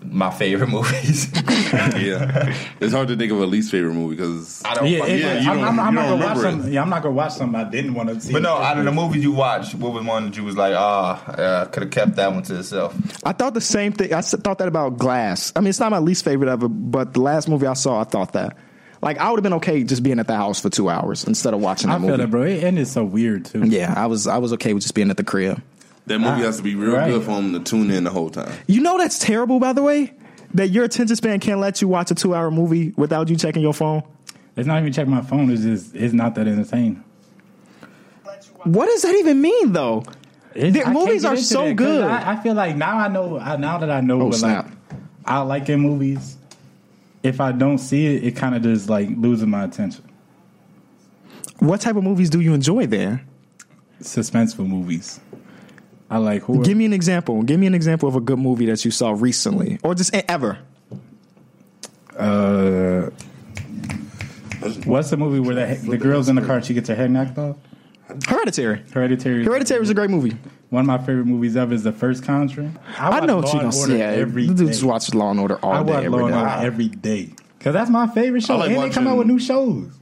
[SPEAKER 2] my favorite movies.
[SPEAKER 4] yeah. it's hard to think of a least favorite movie because
[SPEAKER 2] I Oh, don't.
[SPEAKER 3] Yeah,
[SPEAKER 2] fucking-
[SPEAKER 3] it,
[SPEAKER 4] Yeah, you
[SPEAKER 3] I'm, I'm, I'm
[SPEAKER 4] don't- you
[SPEAKER 3] not
[SPEAKER 4] don't
[SPEAKER 3] gonna watch
[SPEAKER 4] remember it.
[SPEAKER 3] some. Yeah, I'm not gonna watch some I didn't want to see.
[SPEAKER 2] But no, out of the movies you watched, what was one that you was like, ah, uh, could have kept that one to itself?
[SPEAKER 1] I thought the same thing. I s- thought that about Glass. I mean, it's not my least favorite of it, but the last movie I saw, I thought that. Like, I would have been okay just being at the house for two hours instead of watching the
[SPEAKER 3] I
[SPEAKER 1] movie.
[SPEAKER 3] feel that, bro. It ended so weird too.
[SPEAKER 1] Yeah, I was I was okay with just being at the crib.
[SPEAKER 4] that movie has to be real
[SPEAKER 3] Right.
[SPEAKER 4] good for him to tune in the whole time.
[SPEAKER 1] You know that's terrible, by the way. That your attention span can't let you watch a two hour movie without you checking your phone.
[SPEAKER 3] It's not even check my phone. It's just it's not that entertaining.
[SPEAKER 1] What does that even mean, though?
[SPEAKER 3] It's-
[SPEAKER 1] Their
[SPEAKER 3] I can't
[SPEAKER 1] movies
[SPEAKER 3] get
[SPEAKER 1] are
[SPEAKER 3] into
[SPEAKER 1] so
[SPEAKER 3] that 'cause
[SPEAKER 1] good.
[SPEAKER 3] I, I feel like now I know. I, now that I know, what
[SPEAKER 1] Oh, snap.
[SPEAKER 3] like I like in movies. If I don't see it, it kind of just like losing my attention.
[SPEAKER 1] What type of movies do you enjoy then?
[SPEAKER 3] Suspenseful movies. I like horror.
[SPEAKER 1] Give me an example. Give me an example of a good movie that you saw recently or just e- ever.
[SPEAKER 3] uh, what's the movie where the, the girl's in the car? She gets her head knocked off.
[SPEAKER 1] Hereditary.
[SPEAKER 3] Hereditary.
[SPEAKER 1] Hereditary is a great movie.
[SPEAKER 3] One of my favorite movies ever is The First Conjuring.
[SPEAKER 1] I,
[SPEAKER 3] watch
[SPEAKER 1] know
[SPEAKER 3] Law
[SPEAKER 1] what you
[SPEAKER 3] and
[SPEAKER 1] don't
[SPEAKER 3] Order
[SPEAKER 1] see. Yeah,
[SPEAKER 3] every
[SPEAKER 1] the dude
[SPEAKER 3] day.
[SPEAKER 1] just watches Law and Order all
[SPEAKER 3] I
[SPEAKER 1] day,
[SPEAKER 3] watch
[SPEAKER 1] every
[SPEAKER 3] Law and
[SPEAKER 1] day.
[SPEAKER 3] Order every day because that's my favorite show.
[SPEAKER 4] I like
[SPEAKER 3] and they come out
[SPEAKER 4] watching-
[SPEAKER 3] with new shows.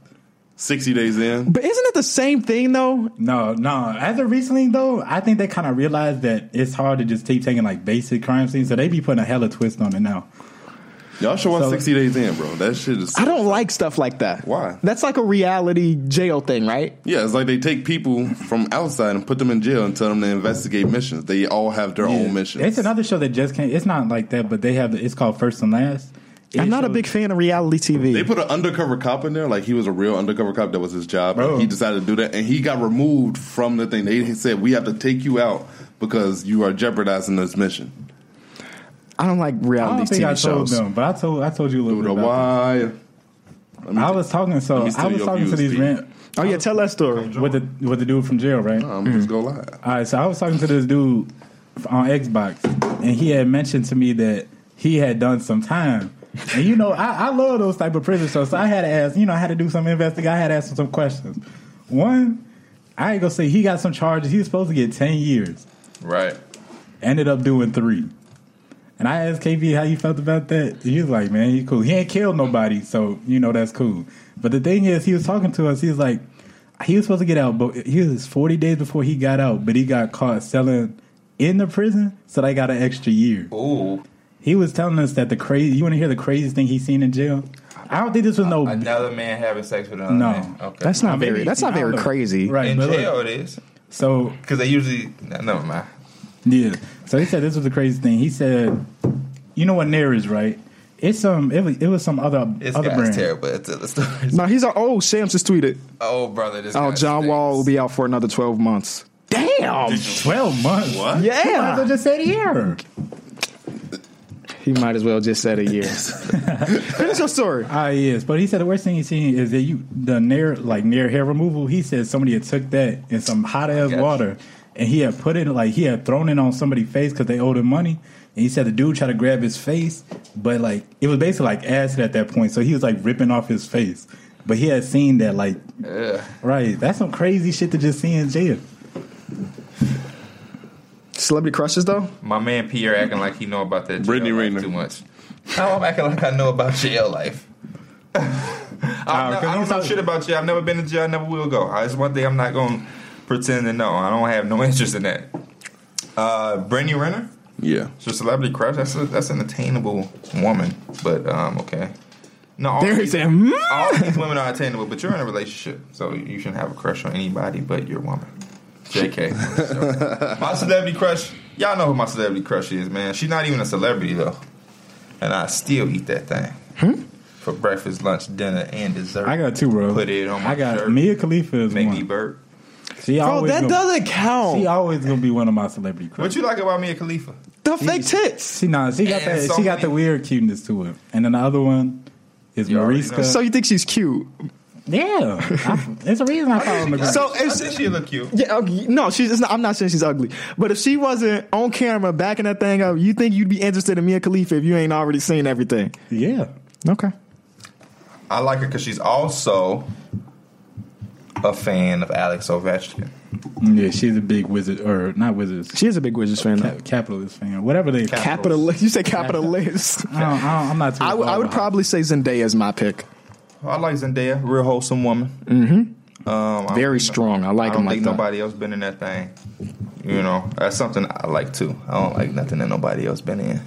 [SPEAKER 4] Sixty days in.
[SPEAKER 1] But isn't it the same thing though?
[SPEAKER 3] No, no. As of recently, though, I think they kind of realized that it's hard to just keep taking like basic crime scenes, so they be putting a hella twist on it now.
[SPEAKER 4] Y'all should watch
[SPEAKER 3] So-
[SPEAKER 4] sixty days in, bro. That shit is
[SPEAKER 1] I don't like stuff like that.
[SPEAKER 4] Why?
[SPEAKER 1] That's like a reality jail thing, right?
[SPEAKER 4] Yeah, it's like they take people from outside and put them in jail and tell them to investigate missions. They all have their own missions.
[SPEAKER 3] It's another show that just came. It's not like that, but they have. The, it's called First and Last. It
[SPEAKER 1] I'm not a
[SPEAKER 3] shows-
[SPEAKER 1] big fan of reality TV.
[SPEAKER 4] They put an undercover cop in there, like he was a real undercover cop. That was his job.
[SPEAKER 3] Bro.
[SPEAKER 4] He decided to do that, and he got removed from the thing. They said we have to take you out because you are jeopardizing this mission.
[SPEAKER 1] I don't like
[SPEAKER 3] I don't
[SPEAKER 1] reality
[SPEAKER 3] think
[SPEAKER 1] TV
[SPEAKER 3] I told
[SPEAKER 1] shows.
[SPEAKER 3] them, but I told I told you a little
[SPEAKER 4] Through the
[SPEAKER 3] bit. About
[SPEAKER 4] wire.
[SPEAKER 3] this. I was talking, so
[SPEAKER 4] me
[SPEAKER 3] I
[SPEAKER 4] steal
[SPEAKER 3] was
[SPEAKER 4] your
[SPEAKER 3] talking to
[SPEAKER 4] views,
[SPEAKER 3] these
[SPEAKER 4] Pete.
[SPEAKER 3] rent
[SPEAKER 1] Oh yeah, tell that story.
[SPEAKER 3] with the with the dude from jail, right?
[SPEAKER 4] I'm just go live.
[SPEAKER 3] All right, so I was talking to this dude on Xbox, and he had mentioned to me that he had done some time. And you know, I, I love those type of prison shows, so I had to ask. You know, I had to do some investigation. I had to ask him some questions. One, I ain't gonna say he got some charges. He was supposed to get ten years,
[SPEAKER 2] Right.
[SPEAKER 3] ended up doing three. And I asked KP how you felt about that. And he was like, "Man, he cool. He ain't killed nobody, so you know that's cool." But the thing is, he was talking to us. He was like, he was supposed to get out, but he was forty days before he got out, but he got caught selling in the prison, so they got an extra year.
[SPEAKER 2] Ooh.
[SPEAKER 3] He was telling us that the crazy. You want to hear the craziest thing he seen in jail? I don't think this was no.
[SPEAKER 2] Another man having sex with another
[SPEAKER 3] No.
[SPEAKER 2] man. Okay.
[SPEAKER 1] That's not
[SPEAKER 3] maybe
[SPEAKER 1] very. That's not
[SPEAKER 3] 18, I
[SPEAKER 1] very
[SPEAKER 3] don't know.
[SPEAKER 1] crazy.
[SPEAKER 3] right.
[SPEAKER 2] in
[SPEAKER 3] but look,
[SPEAKER 2] jail. it is
[SPEAKER 3] so
[SPEAKER 2] because they usually. nah, Never mind.
[SPEAKER 3] Yeah. So he said this was the crazy thing. He said, "You know what Nair is, right? It's some. It was. It was some other
[SPEAKER 2] This
[SPEAKER 3] other
[SPEAKER 2] guy's
[SPEAKER 3] brand.
[SPEAKER 2] terrible at telling stories.
[SPEAKER 1] No, he's a, oh Shams just tweeted.
[SPEAKER 2] Oh, brother, this.
[SPEAKER 1] Oh,
[SPEAKER 2] guy
[SPEAKER 1] John
[SPEAKER 2] stinks.
[SPEAKER 1] Wall will be out for another twelve months. Damn.
[SPEAKER 3] Twelve months.
[SPEAKER 4] What?
[SPEAKER 1] Yeah.
[SPEAKER 3] You might as well just said here.
[SPEAKER 1] He might as well just said a year. Finish your story.
[SPEAKER 3] Ah, yes. But he said the worst thing he's seen is that you the Nair like Nair hair removal. He said somebody had took that in some hot ass
[SPEAKER 2] Gotcha.
[SPEAKER 3] water, and he had put it like he had thrown it on somebody's face because they owed him money. And he said the dude tried to grab his face, but like it was basically like acid at that point. So he was like ripping off his face. But he had seen that like
[SPEAKER 2] Ugh.
[SPEAKER 3] Right. That's some crazy shit to just see in jail.
[SPEAKER 1] Celebrity crushes though.
[SPEAKER 2] My man Pierre acting like he know about that. jail
[SPEAKER 4] Brittany
[SPEAKER 2] life
[SPEAKER 4] Renner.
[SPEAKER 2] too much. Now I'm acting like I know about jail life. I, don't
[SPEAKER 3] 'cause
[SPEAKER 2] know, I
[SPEAKER 3] you
[SPEAKER 2] don't know
[SPEAKER 3] talk-
[SPEAKER 2] shit about jail. I've never been to jail. I never will go. It's one thing I'm not going to pretend to know. I don't have no interest in that. Uh, Brittany Renner,
[SPEAKER 4] Yeah.
[SPEAKER 2] she's a celebrity crush. That's a, that's an attainable woman, but um, okay. No, all
[SPEAKER 1] There
[SPEAKER 2] these,
[SPEAKER 1] is a. Hmm?
[SPEAKER 2] all these women are attainable, but you're in a relationship, so you shouldn't have a crush on anybody but your woman. JK. my celebrity crush, y'all know who my celebrity crush is, man. She's not even a celebrity though, and I still eat that thing for breakfast, lunch, dinner, and dessert.
[SPEAKER 3] I got two, bro.
[SPEAKER 2] Put it on my
[SPEAKER 3] I got
[SPEAKER 2] shirt.
[SPEAKER 3] Mia Khalifa is
[SPEAKER 2] Make
[SPEAKER 3] one.
[SPEAKER 2] me burp.
[SPEAKER 3] She
[SPEAKER 1] Bro,
[SPEAKER 3] always
[SPEAKER 1] that
[SPEAKER 3] gonna,
[SPEAKER 1] doesn't
[SPEAKER 3] She
[SPEAKER 1] count.
[SPEAKER 3] always gonna be one of my celebrity crushes.
[SPEAKER 2] What you like about Mia Khalifa?
[SPEAKER 1] The fake tits.
[SPEAKER 3] She nah, she got
[SPEAKER 2] And
[SPEAKER 3] that.
[SPEAKER 2] so
[SPEAKER 3] she got the
[SPEAKER 2] many-
[SPEAKER 3] weird cuteness to it. And then the other one is
[SPEAKER 2] You already
[SPEAKER 3] Mariska.
[SPEAKER 2] know.
[SPEAKER 1] So you think she's cute?
[SPEAKER 3] yeah, I, there's a reason I follow Mariska.
[SPEAKER 1] So
[SPEAKER 2] I
[SPEAKER 1] if
[SPEAKER 2] think she look cute.
[SPEAKER 1] yeah, okay, no, she's. It's not, I'm not saying she's ugly, but if she wasn't on camera backing that thing up, you think you'd be interested in Mia Khalifa if you ain't already seen everything?
[SPEAKER 3] yeah,
[SPEAKER 1] Okay.
[SPEAKER 2] I like her because she's also a fan of Alex Ovechkin.
[SPEAKER 3] yeah, she's a big wizard or not wizards,
[SPEAKER 1] She is a big Wizards fan.
[SPEAKER 3] ca-
[SPEAKER 1] though.
[SPEAKER 3] capitalist fan, whatever they.
[SPEAKER 2] Cap-
[SPEAKER 1] Capitalist. You say capitalist.
[SPEAKER 3] I don't, I don't, I'm not too.
[SPEAKER 1] I, w- I would
[SPEAKER 3] involved
[SPEAKER 1] probably say Zendaya is my pick.
[SPEAKER 2] I like Zendaya, real wholesome woman. Mm-hmm. Um, I
[SPEAKER 1] Very
[SPEAKER 2] don't think
[SPEAKER 1] strong. I like
[SPEAKER 2] I don't
[SPEAKER 1] him like
[SPEAKER 2] think
[SPEAKER 1] that.
[SPEAKER 2] nobody else been in that thing. You know, that's something I like too. I don't like nothing that nobody else been in.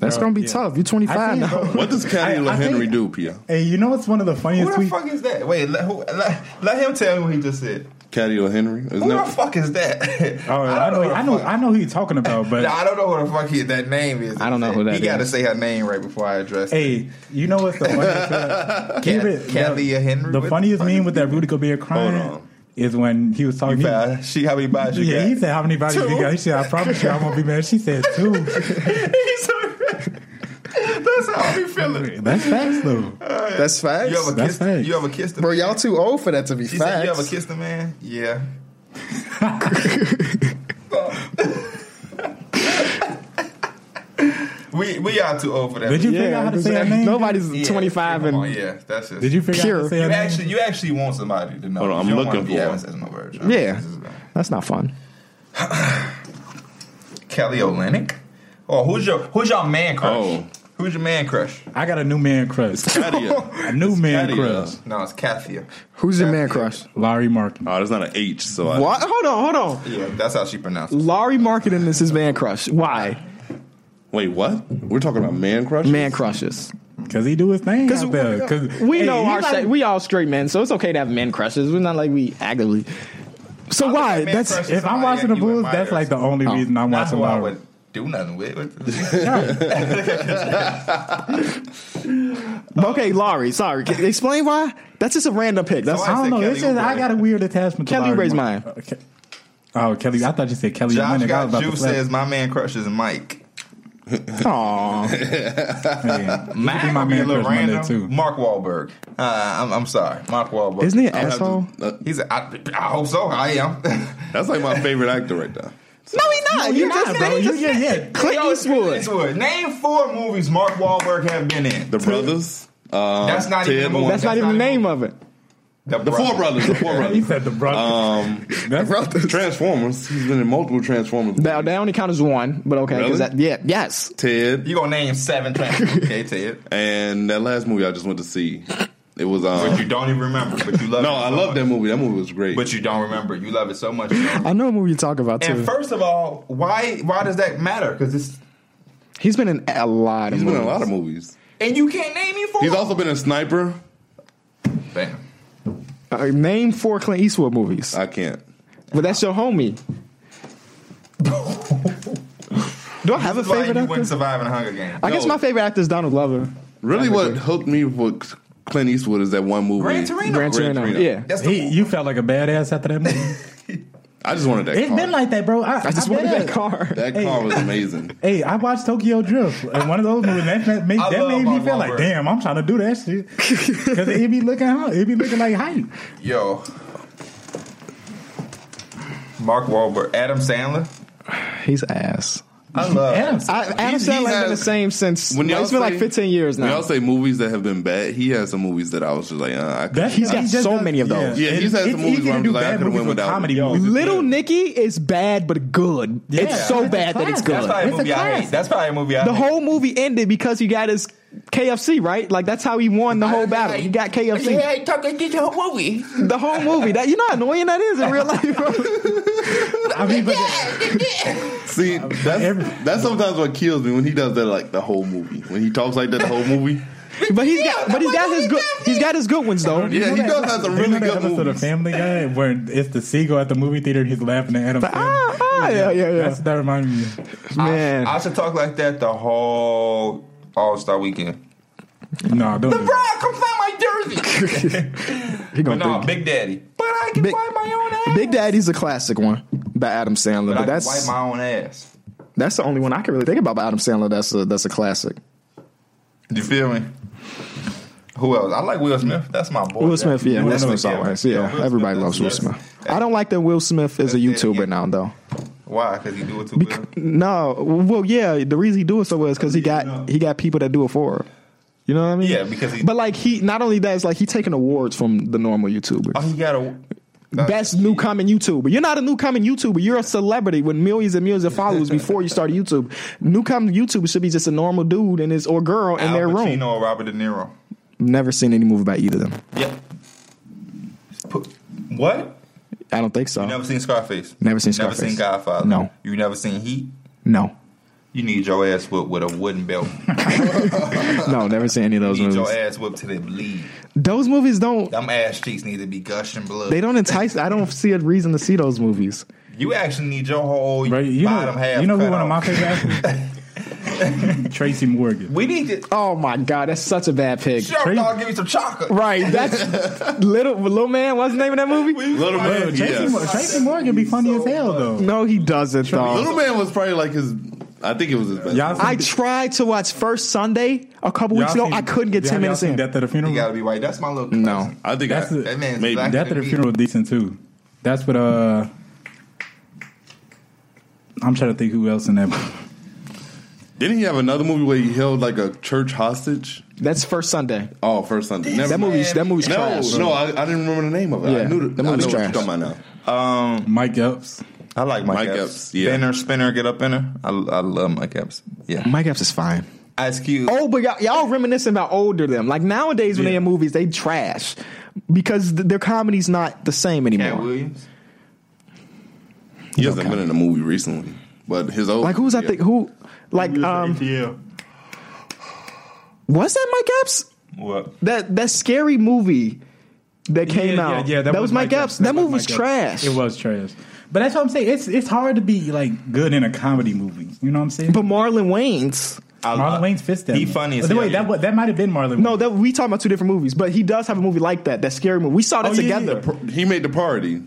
[SPEAKER 1] That's gonna be
[SPEAKER 3] yeah.
[SPEAKER 1] tough. You're 25
[SPEAKER 3] I think-
[SPEAKER 1] now.
[SPEAKER 4] What does Caddy
[SPEAKER 3] I- I
[SPEAKER 4] LaHenry
[SPEAKER 3] think-
[SPEAKER 4] do, Pia?
[SPEAKER 3] Hey, you know what's one of the
[SPEAKER 2] Who
[SPEAKER 3] funniest
[SPEAKER 2] the
[SPEAKER 3] tweets?
[SPEAKER 2] fuck is that? Wait, let, who, let, let him tell me what he just said.
[SPEAKER 4] Caddy LaHenry? Isn't
[SPEAKER 2] Who the
[SPEAKER 4] that
[SPEAKER 2] fuck is that?
[SPEAKER 3] Oh, I, know,
[SPEAKER 2] who the
[SPEAKER 3] I know,
[SPEAKER 2] fuck-
[SPEAKER 3] I know who you're talking about, but
[SPEAKER 2] Nah, I don't know who the fuck he, that name is.
[SPEAKER 1] I don't know who that
[SPEAKER 2] He got to
[SPEAKER 1] is.
[SPEAKER 2] say her name right before I address. it.
[SPEAKER 3] hey, you know what's the funniest? uh, Keep it- the-
[SPEAKER 2] Kalia Henry.
[SPEAKER 3] The
[SPEAKER 2] What
[SPEAKER 3] funniest
[SPEAKER 2] fuck
[SPEAKER 3] meme
[SPEAKER 2] is
[SPEAKER 3] with that Rudy Gobert crying
[SPEAKER 4] on.
[SPEAKER 3] is when he was talking.
[SPEAKER 2] You
[SPEAKER 3] he-
[SPEAKER 2] found- She how many bodies you
[SPEAKER 3] Yeah, he
[SPEAKER 2] got?
[SPEAKER 3] said how many bodies
[SPEAKER 2] Two.
[SPEAKER 3] you got. He said, I promise you I won't be mad. She said two.
[SPEAKER 2] He's so- That's how I be feeling.
[SPEAKER 3] That's facts though.
[SPEAKER 1] That's facts.
[SPEAKER 2] You ever
[SPEAKER 3] That's
[SPEAKER 2] kissed?
[SPEAKER 3] facts.
[SPEAKER 2] You ever kissed a
[SPEAKER 1] Bro,
[SPEAKER 2] man?
[SPEAKER 1] y'all too old for that to be
[SPEAKER 2] She
[SPEAKER 1] facts.
[SPEAKER 2] said, "You ever kissed a man?" Yeah. we we are too old for that.
[SPEAKER 3] Did you figure out how to say her name?
[SPEAKER 1] Nobody's
[SPEAKER 2] Yeah,
[SPEAKER 1] 25
[SPEAKER 2] come on,
[SPEAKER 1] and
[SPEAKER 2] yeah, that's just.
[SPEAKER 3] Did you figure out
[SPEAKER 1] Pure.
[SPEAKER 3] how to say
[SPEAKER 2] You
[SPEAKER 3] her name?
[SPEAKER 2] actually, you actually want somebody to know.
[SPEAKER 4] Hold on, I'm
[SPEAKER 2] You don't
[SPEAKER 4] looking
[SPEAKER 2] wanna be
[SPEAKER 4] for
[SPEAKER 2] out
[SPEAKER 4] one.
[SPEAKER 2] and say no version.
[SPEAKER 1] yeah.
[SPEAKER 2] This is-
[SPEAKER 1] That's not fun.
[SPEAKER 2] Kelly Olynyk. Oh, who's your who's your man crush?
[SPEAKER 4] Oh.
[SPEAKER 2] Who's your man crush?
[SPEAKER 3] I got a new man crush.
[SPEAKER 4] Caddy?
[SPEAKER 3] A new man
[SPEAKER 4] Katia.
[SPEAKER 3] crush.
[SPEAKER 2] No, it's Kathia.
[SPEAKER 1] Who's your man crush?
[SPEAKER 3] Larry Martin.
[SPEAKER 4] Oh, there's not an H, so I.
[SPEAKER 1] What? Hold on, hold on.
[SPEAKER 2] Yeah, that's how she pronounced. it.
[SPEAKER 1] Laurie marketing is his man crush. Why?
[SPEAKER 4] Wait, what? We're talking about man crush?
[SPEAKER 1] Man crushes.
[SPEAKER 3] Cause he do his thing out there. Cause
[SPEAKER 1] We
[SPEAKER 3] hey,
[SPEAKER 1] know
[SPEAKER 3] he
[SPEAKER 1] our
[SPEAKER 3] like-
[SPEAKER 1] sha- we all straight men, so it's okay to have men crushes. We're not like we actively. So why?
[SPEAKER 2] man
[SPEAKER 1] That's
[SPEAKER 2] crush-
[SPEAKER 3] If I'm
[SPEAKER 2] somebody
[SPEAKER 3] watching the
[SPEAKER 2] that you
[SPEAKER 3] Bulls,
[SPEAKER 2] admire.
[SPEAKER 3] that's like the only
[SPEAKER 1] Oh.
[SPEAKER 3] reason I'm
[SPEAKER 2] Not
[SPEAKER 3] watching
[SPEAKER 2] who I
[SPEAKER 3] Larry.
[SPEAKER 2] would do nothing with. What the-
[SPEAKER 1] okay. Laurie, sorry. Can- Explain why. That's just a random pick. That's
[SPEAKER 2] Why-
[SPEAKER 3] I don't know.
[SPEAKER 2] Kelly
[SPEAKER 3] It's just I
[SPEAKER 2] Oubre.
[SPEAKER 3] got a weird attachment.
[SPEAKER 1] Kelly
[SPEAKER 3] to Larry
[SPEAKER 1] Oubre is
[SPEAKER 3] Martin. Okay. Oh, Kelly! I thought you said Kelly.
[SPEAKER 2] Josh
[SPEAKER 3] Olynyk. I was
[SPEAKER 2] got
[SPEAKER 3] about to
[SPEAKER 2] Jew
[SPEAKER 3] slap.
[SPEAKER 2] says my man crush is Mike.
[SPEAKER 1] Aw.
[SPEAKER 3] Yeah. He could be
[SPEAKER 2] Mike
[SPEAKER 3] my
[SPEAKER 2] would be a
[SPEAKER 3] man
[SPEAKER 2] little
[SPEAKER 3] crush Monday
[SPEAKER 2] random.
[SPEAKER 3] too.
[SPEAKER 2] Mark Wahlberg. Uh, I'm, I'm sorry, Mark Wahlberg.
[SPEAKER 1] Isn't he an
[SPEAKER 4] I'll have to-
[SPEAKER 1] asshole?
[SPEAKER 4] uh,
[SPEAKER 2] He's. A, I, I hope so. I am.
[SPEAKER 4] that's like my favorite actor right now.
[SPEAKER 1] No, he not. you just
[SPEAKER 3] bro.
[SPEAKER 1] said he
[SPEAKER 3] You-
[SPEAKER 1] just-
[SPEAKER 3] yeah, yeah.
[SPEAKER 1] Clint
[SPEAKER 2] Yo, it's Clint
[SPEAKER 1] Eastwood.
[SPEAKER 2] Eastwood. Name four movies Mark Wahlberg have been in.
[SPEAKER 4] The brothers. Uh,
[SPEAKER 2] That's not
[SPEAKER 4] Ted
[SPEAKER 2] even a movie.
[SPEAKER 4] Lasso.
[SPEAKER 1] That's not
[SPEAKER 2] That's
[SPEAKER 1] even the
[SPEAKER 2] not
[SPEAKER 1] name
[SPEAKER 2] even-
[SPEAKER 1] of it.
[SPEAKER 4] The four brothers. The four
[SPEAKER 3] He
[SPEAKER 4] brothers.
[SPEAKER 3] said the brother.
[SPEAKER 4] Um,
[SPEAKER 3] That's-
[SPEAKER 4] Transformers. He's been in multiple Transformers.
[SPEAKER 1] That, that only counts as one, but okay. 'cause
[SPEAKER 4] Really?
[SPEAKER 1] That, yeah, yes.
[SPEAKER 4] Ted
[SPEAKER 2] You gonna name seven Transformers? okay, Ted.
[SPEAKER 4] and that last movie I just went to see. It was
[SPEAKER 2] But
[SPEAKER 4] um.
[SPEAKER 2] you don't even remember. But you love.
[SPEAKER 4] No,
[SPEAKER 2] it so
[SPEAKER 4] I love
[SPEAKER 2] much.
[SPEAKER 4] that movie. That movie was great.
[SPEAKER 2] But you don't remember. it. You love it so much. you don't-
[SPEAKER 1] I know what movie you talk about too.
[SPEAKER 2] And first of all, why why does that matter? Because it's
[SPEAKER 1] he's been in a lot of
[SPEAKER 4] he's been
[SPEAKER 1] movies.
[SPEAKER 4] in a lot of movies.
[SPEAKER 2] and you can't name me four.
[SPEAKER 4] He's also been a sniper.
[SPEAKER 2] Bam.
[SPEAKER 1] Uh, name four Clint Eastwood movies.
[SPEAKER 4] I can't.
[SPEAKER 1] But that's your homie. Do I have a
[SPEAKER 2] That's why
[SPEAKER 1] favorite
[SPEAKER 2] you
[SPEAKER 1] actor?
[SPEAKER 2] wouldn't survive in a Hunger Game.
[SPEAKER 1] I guess
[SPEAKER 4] No.
[SPEAKER 1] my favorite actor is Donald Glover.
[SPEAKER 4] Really, what hooked me with Clint Eastwood is that one movie.
[SPEAKER 2] Gran Torino.
[SPEAKER 1] Gran
[SPEAKER 4] Gran
[SPEAKER 1] Torino.
[SPEAKER 4] Torino.
[SPEAKER 1] Yeah.
[SPEAKER 2] That's the
[SPEAKER 3] He, you felt like a badass after that movie.
[SPEAKER 4] I just wanted that.
[SPEAKER 3] It's
[SPEAKER 4] car.
[SPEAKER 3] been like that, bro. I,
[SPEAKER 1] I just wanted
[SPEAKER 3] bet.
[SPEAKER 1] that car.
[SPEAKER 4] that car was amazing.
[SPEAKER 3] Hey, I watched Tokyo Drift, and one of those movies that, that made,
[SPEAKER 2] I
[SPEAKER 3] that
[SPEAKER 2] love
[SPEAKER 3] made me
[SPEAKER 2] Mark
[SPEAKER 3] feel like,
[SPEAKER 2] Wahlberg.
[SPEAKER 3] damn, I'm trying to do that shit because it be looking hot, it be looking like hype.
[SPEAKER 2] yo. Mark Wahlberg, Adam Sandler.
[SPEAKER 1] He's ass.
[SPEAKER 2] I
[SPEAKER 4] Uh,
[SPEAKER 2] love
[SPEAKER 3] Adam,
[SPEAKER 1] I, Adam
[SPEAKER 4] He's-
[SPEAKER 1] Sandler
[SPEAKER 4] he's
[SPEAKER 1] ain't been the
[SPEAKER 4] ass.
[SPEAKER 1] same since.
[SPEAKER 4] When y'all
[SPEAKER 1] it's been like
[SPEAKER 4] say-
[SPEAKER 1] 15 years
[SPEAKER 4] When
[SPEAKER 1] now.
[SPEAKER 4] y'all say movies that have been bad, he has some movies that I was just like, uh, I could.
[SPEAKER 3] that's
[SPEAKER 1] He's got
[SPEAKER 3] he just
[SPEAKER 1] so
[SPEAKER 3] does-
[SPEAKER 1] many of those.
[SPEAKER 4] Yeah, he's had some
[SPEAKER 3] It's
[SPEAKER 4] movies
[SPEAKER 3] easy
[SPEAKER 4] where
[SPEAKER 3] to
[SPEAKER 4] I'm
[SPEAKER 3] do
[SPEAKER 4] just like, I
[SPEAKER 3] bad
[SPEAKER 4] could've
[SPEAKER 3] movies
[SPEAKER 4] went
[SPEAKER 3] with
[SPEAKER 4] without
[SPEAKER 3] comedy
[SPEAKER 4] it.
[SPEAKER 3] movies.
[SPEAKER 1] Little Nicky is bad but good. It's so
[SPEAKER 3] It's a
[SPEAKER 1] bad that it's
[SPEAKER 3] classic.
[SPEAKER 1] good.
[SPEAKER 2] That's probably a
[SPEAKER 3] It's a
[SPEAKER 2] movie I hate.
[SPEAKER 3] classic.
[SPEAKER 2] That's probably a movie I
[SPEAKER 1] the
[SPEAKER 2] hate.
[SPEAKER 1] whole movie ended because he got his KFC right. Like that's how he won the whole battle. He got KFC.
[SPEAKER 2] I talk this whole movie.
[SPEAKER 1] The whole movie. That you know how annoying that is in real life. Bro?
[SPEAKER 3] I mean, but
[SPEAKER 4] See, that's,
[SPEAKER 3] every-
[SPEAKER 4] that's sometimes what kills me when he does that, like the whole movie. When he talks like that, the whole movie.
[SPEAKER 1] but he's got but he's got his good he's got his good ones though.
[SPEAKER 4] Yeah, he does have some really
[SPEAKER 3] you know that
[SPEAKER 4] good
[SPEAKER 3] episode
[SPEAKER 4] movies.
[SPEAKER 3] of Family Guy where it's the seagull at the movie theater and he's laughing at Adam.
[SPEAKER 1] Ah,
[SPEAKER 3] Sandler?
[SPEAKER 1] ah, yeah, yeah, yeah.
[SPEAKER 3] That's, that reminds me.
[SPEAKER 1] Man,
[SPEAKER 2] I should talk like that the whole All Star weekend.
[SPEAKER 3] No, don't. do that.
[SPEAKER 2] LeBron, come find my jersey.
[SPEAKER 1] he
[SPEAKER 2] but
[SPEAKER 1] gonna
[SPEAKER 2] no,
[SPEAKER 1] think.
[SPEAKER 2] Big Daddy. But I can
[SPEAKER 1] Big-
[SPEAKER 2] wipe my own ass.
[SPEAKER 1] Big Daddy's a classic one by Adam Sandler, but,
[SPEAKER 2] But I can wipe
[SPEAKER 1] that's
[SPEAKER 2] my own ass.
[SPEAKER 1] that's the only one I can really think about by Adam Sandler. That's a that's a classic.
[SPEAKER 2] You feel me? Who else? I like Will Smith. That's my boy.
[SPEAKER 1] Will Smith, yeah, Will
[SPEAKER 2] That's
[SPEAKER 1] Smith's
[SPEAKER 2] my guy.
[SPEAKER 1] always, yeah.
[SPEAKER 2] Will Smith
[SPEAKER 1] Everybody
[SPEAKER 2] is-
[SPEAKER 1] loves Will
[SPEAKER 2] yes.
[SPEAKER 1] Smith. I don't like that Will Smith is a
[SPEAKER 2] That's it,
[SPEAKER 1] YouTuber
[SPEAKER 2] yeah.
[SPEAKER 1] now though.
[SPEAKER 2] Why? Because he do it too well.
[SPEAKER 1] No, well, yeah. The reason he do it so well is because he got he got people that do it for him. You know what I mean?
[SPEAKER 2] Yeah, because he.
[SPEAKER 1] But like he, not only that, it's like he taking awards from the normal YouTubers.
[SPEAKER 2] oh, he got a
[SPEAKER 1] Best new coming YouTuber. You're not a new coming YouTuber. You're a celebrity with millions and millions of followers before you started YouTube. New coming YouTuber should be just a normal dude and his or girl in
[SPEAKER 2] Al
[SPEAKER 1] their
[SPEAKER 2] Pacino
[SPEAKER 1] room.
[SPEAKER 2] or Robert De Niro.
[SPEAKER 1] Never seen any movie by either of them.
[SPEAKER 2] Yep. Put- What?
[SPEAKER 1] I don't think so.
[SPEAKER 2] You never seen Scarface?
[SPEAKER 1] Never seen
[SPEAKER 2] Never
[SPEAKER 1] Scarface.
[SPEAKER 2] seen Godfather?
[SPEAKER 1] No.
[SPEAKER 2] You never seen Heat?
[SPEAKER 1] No,
[SPEAKER 2] You need your ass whipped with a wooden belt.
[SPEAKER 1] no, never seen any of those
[SPEAKER 2] You need
[SPEAKER 1] movies.
[SPEAKER 2] your ass whipped till they bleed.
[SPEAKER 1] Those movies don't.
[SPEAKER 2] Them ass cheeks need to be gushing blood.
[SPEAKER 1] They don't entice. I don't see a reason to see those movies.
[SPEAKER 2] You actually need your whole
[SPEAKER 3] Bro, you
[SPEAKER 2] bottom
[SPEAKER 3] know,
[SPEAKER 2] half.
[SPEAKER 3] you know who
[SPEAKER 2] cut
[SPEAKER 3] one of my
[SPEAKER 2] off.
[SPEAKER 3] favorite actors? Tracy Morgan.
[SPEAKER 2] We need to.
[SPEAKER 1] Oh my god, that's such a bad pick.
[SPEAKER 2] Sure, dog, give me some chocolate.
[SPEAKER 1] Right, that's little little man. What's the name of that movie?
[SPEAKER 4] Little Man,
[SPEAKER 3] Tracy, Mo-
[SPEAKER 4] yeah.
[SPEAKER 3] Tracy Morgan be funny as hell though.
[SPEAKER 1] No, he doesn't though.
[SPEAKER 4] Little Man was probably like his. I think it was his best.
[SPEAKER 3] Y'all
[SPEAKER 1] I
[SPEAKER 3] seen-
[SPEAKER 1] tried to watch First Sunday a couple
[SPEAKER 3] y'all
[SPEAKER 1] weeks ago.
[SPEAKER 3] seen-
[SPEAKER 1] I couldn't get
[SPEAKER 3] y'all-
[SPEAKER 1] ten
[SPEAKER 3] y'all
[SPEAKER 1] minutes
[SPEAKER 3] seen
[SPEAKER 1] in.
[SPEAKER 3] Death at the funeral.
[SPEAKER 2] You gotta be right. That's my little.
[SPEAKER 1] No,
[SPEAKER 4] I think
[SPEAKER 3] That's
[SPEAKER 4] I,
[SPEAKER 3] the-
[SPEAKER 2] That man's
[SPEAKER 4] Maybe.
[SPEAKER 2] black.
[SPEAKER 3] Death at the funeral decent too. That's what uh. I'm trying to think who else in that.
[SPEAKER 4] didn't he have another movie where he held like a church hostage?
[SPEAKER 1] that's First Sunday.
[SPEAKER 4] Oh, first Sunday. Never
[SPEAKER 1] That
[SPEAKER 4] mind.
[SPEAKER 1] movie's that movie's
[SPEAKER 4] No,
[SPEAKER 1] trash.
[SPEAKER 4] no, I, I didn't remember the name of it. I
[SPEAKER 1] Yeah,
[SPEAKER 4] knew the,
[SPEAKER 1] that movie's
[SPEAKER 4] I know
[SPEAKER 1] trash.
[SPEAKER 4] What you're talking about now.
[SPEAKER 3] Mike Epps.
[SPEAKER 2] Um, I like Mike,
[SPEAKER 4] Mike
[SPEAKER 2] Epps.
[SPEAKER 4] Epps, yeah.
[SPEAKER 2] Spinner, spinner, get up in her. I, I love Mike Epps. Yeah.
[SPEAKER 1] Mike Epps is fine.
[SPEAKER 2] Ice Cube.
[SPEAKER 1] Oh, but y'all, y'all reminiscing about older them. Like nowadays when they
[SPEAKER 3] Yeah.
[SPEAKER 1] in movies, they trash because th- their comedy's not the same anymore.
[SPEAKER 2] Cat Williams.
[SPEAKER 4] He hasn't
[SPEAKER 1] okay.
[SPEAKER 4] been in a movie recently, but his old
[SPEAKER 1] like who's I
[SPEAKER 4] yeah.
[SPEAKER 1] think who like um
[SPEAKER 2] yeah.
[SPEAKER 1] was that Mike Epps?
[SPEAKER 2] What?
[SPEAKER 1] That that scary movie that came
[SPEAKER 3] yeah,
[SPEAKER 1] out.
[SPEAKER 3] Yeah, yeah,
[SPEAKER 1] that, was Mike Epps. That, movie was
[SPEAKER 3] Mike Epps.
[SPEAKER 1] trash.
[SPEAKER 3] It was trash. But that's what I'm saying. It's it's hard to be like good in a comedy movie. You know what I'm saying?
[SPEAKER 1] But Marlon Wayne's.
[SPEAKER 2] I
[SPEAKER 3] Marlon
[SPEAKER 2] love-
[SPEAKER 3] Wayne's fist. that
[SPEAKER 2] He
[SPEAKER 3] much.
[SPEAKER 2] funny as
[SPEAKER 3] But
[SPEAKER 2] hell.
[SPEAKER 3] Wait, that wa- that might have been Marlon.
[SPEAKER 1] No, that we talking about two different movies, but he does have a movie like that, that scary movie. We saw that
[SPEAKER 3] Oh, yeah, yeah,
[SPEAKER 1] together.
[SPEAKER 3] yeah.
[SPEAKER 4] he made the parody,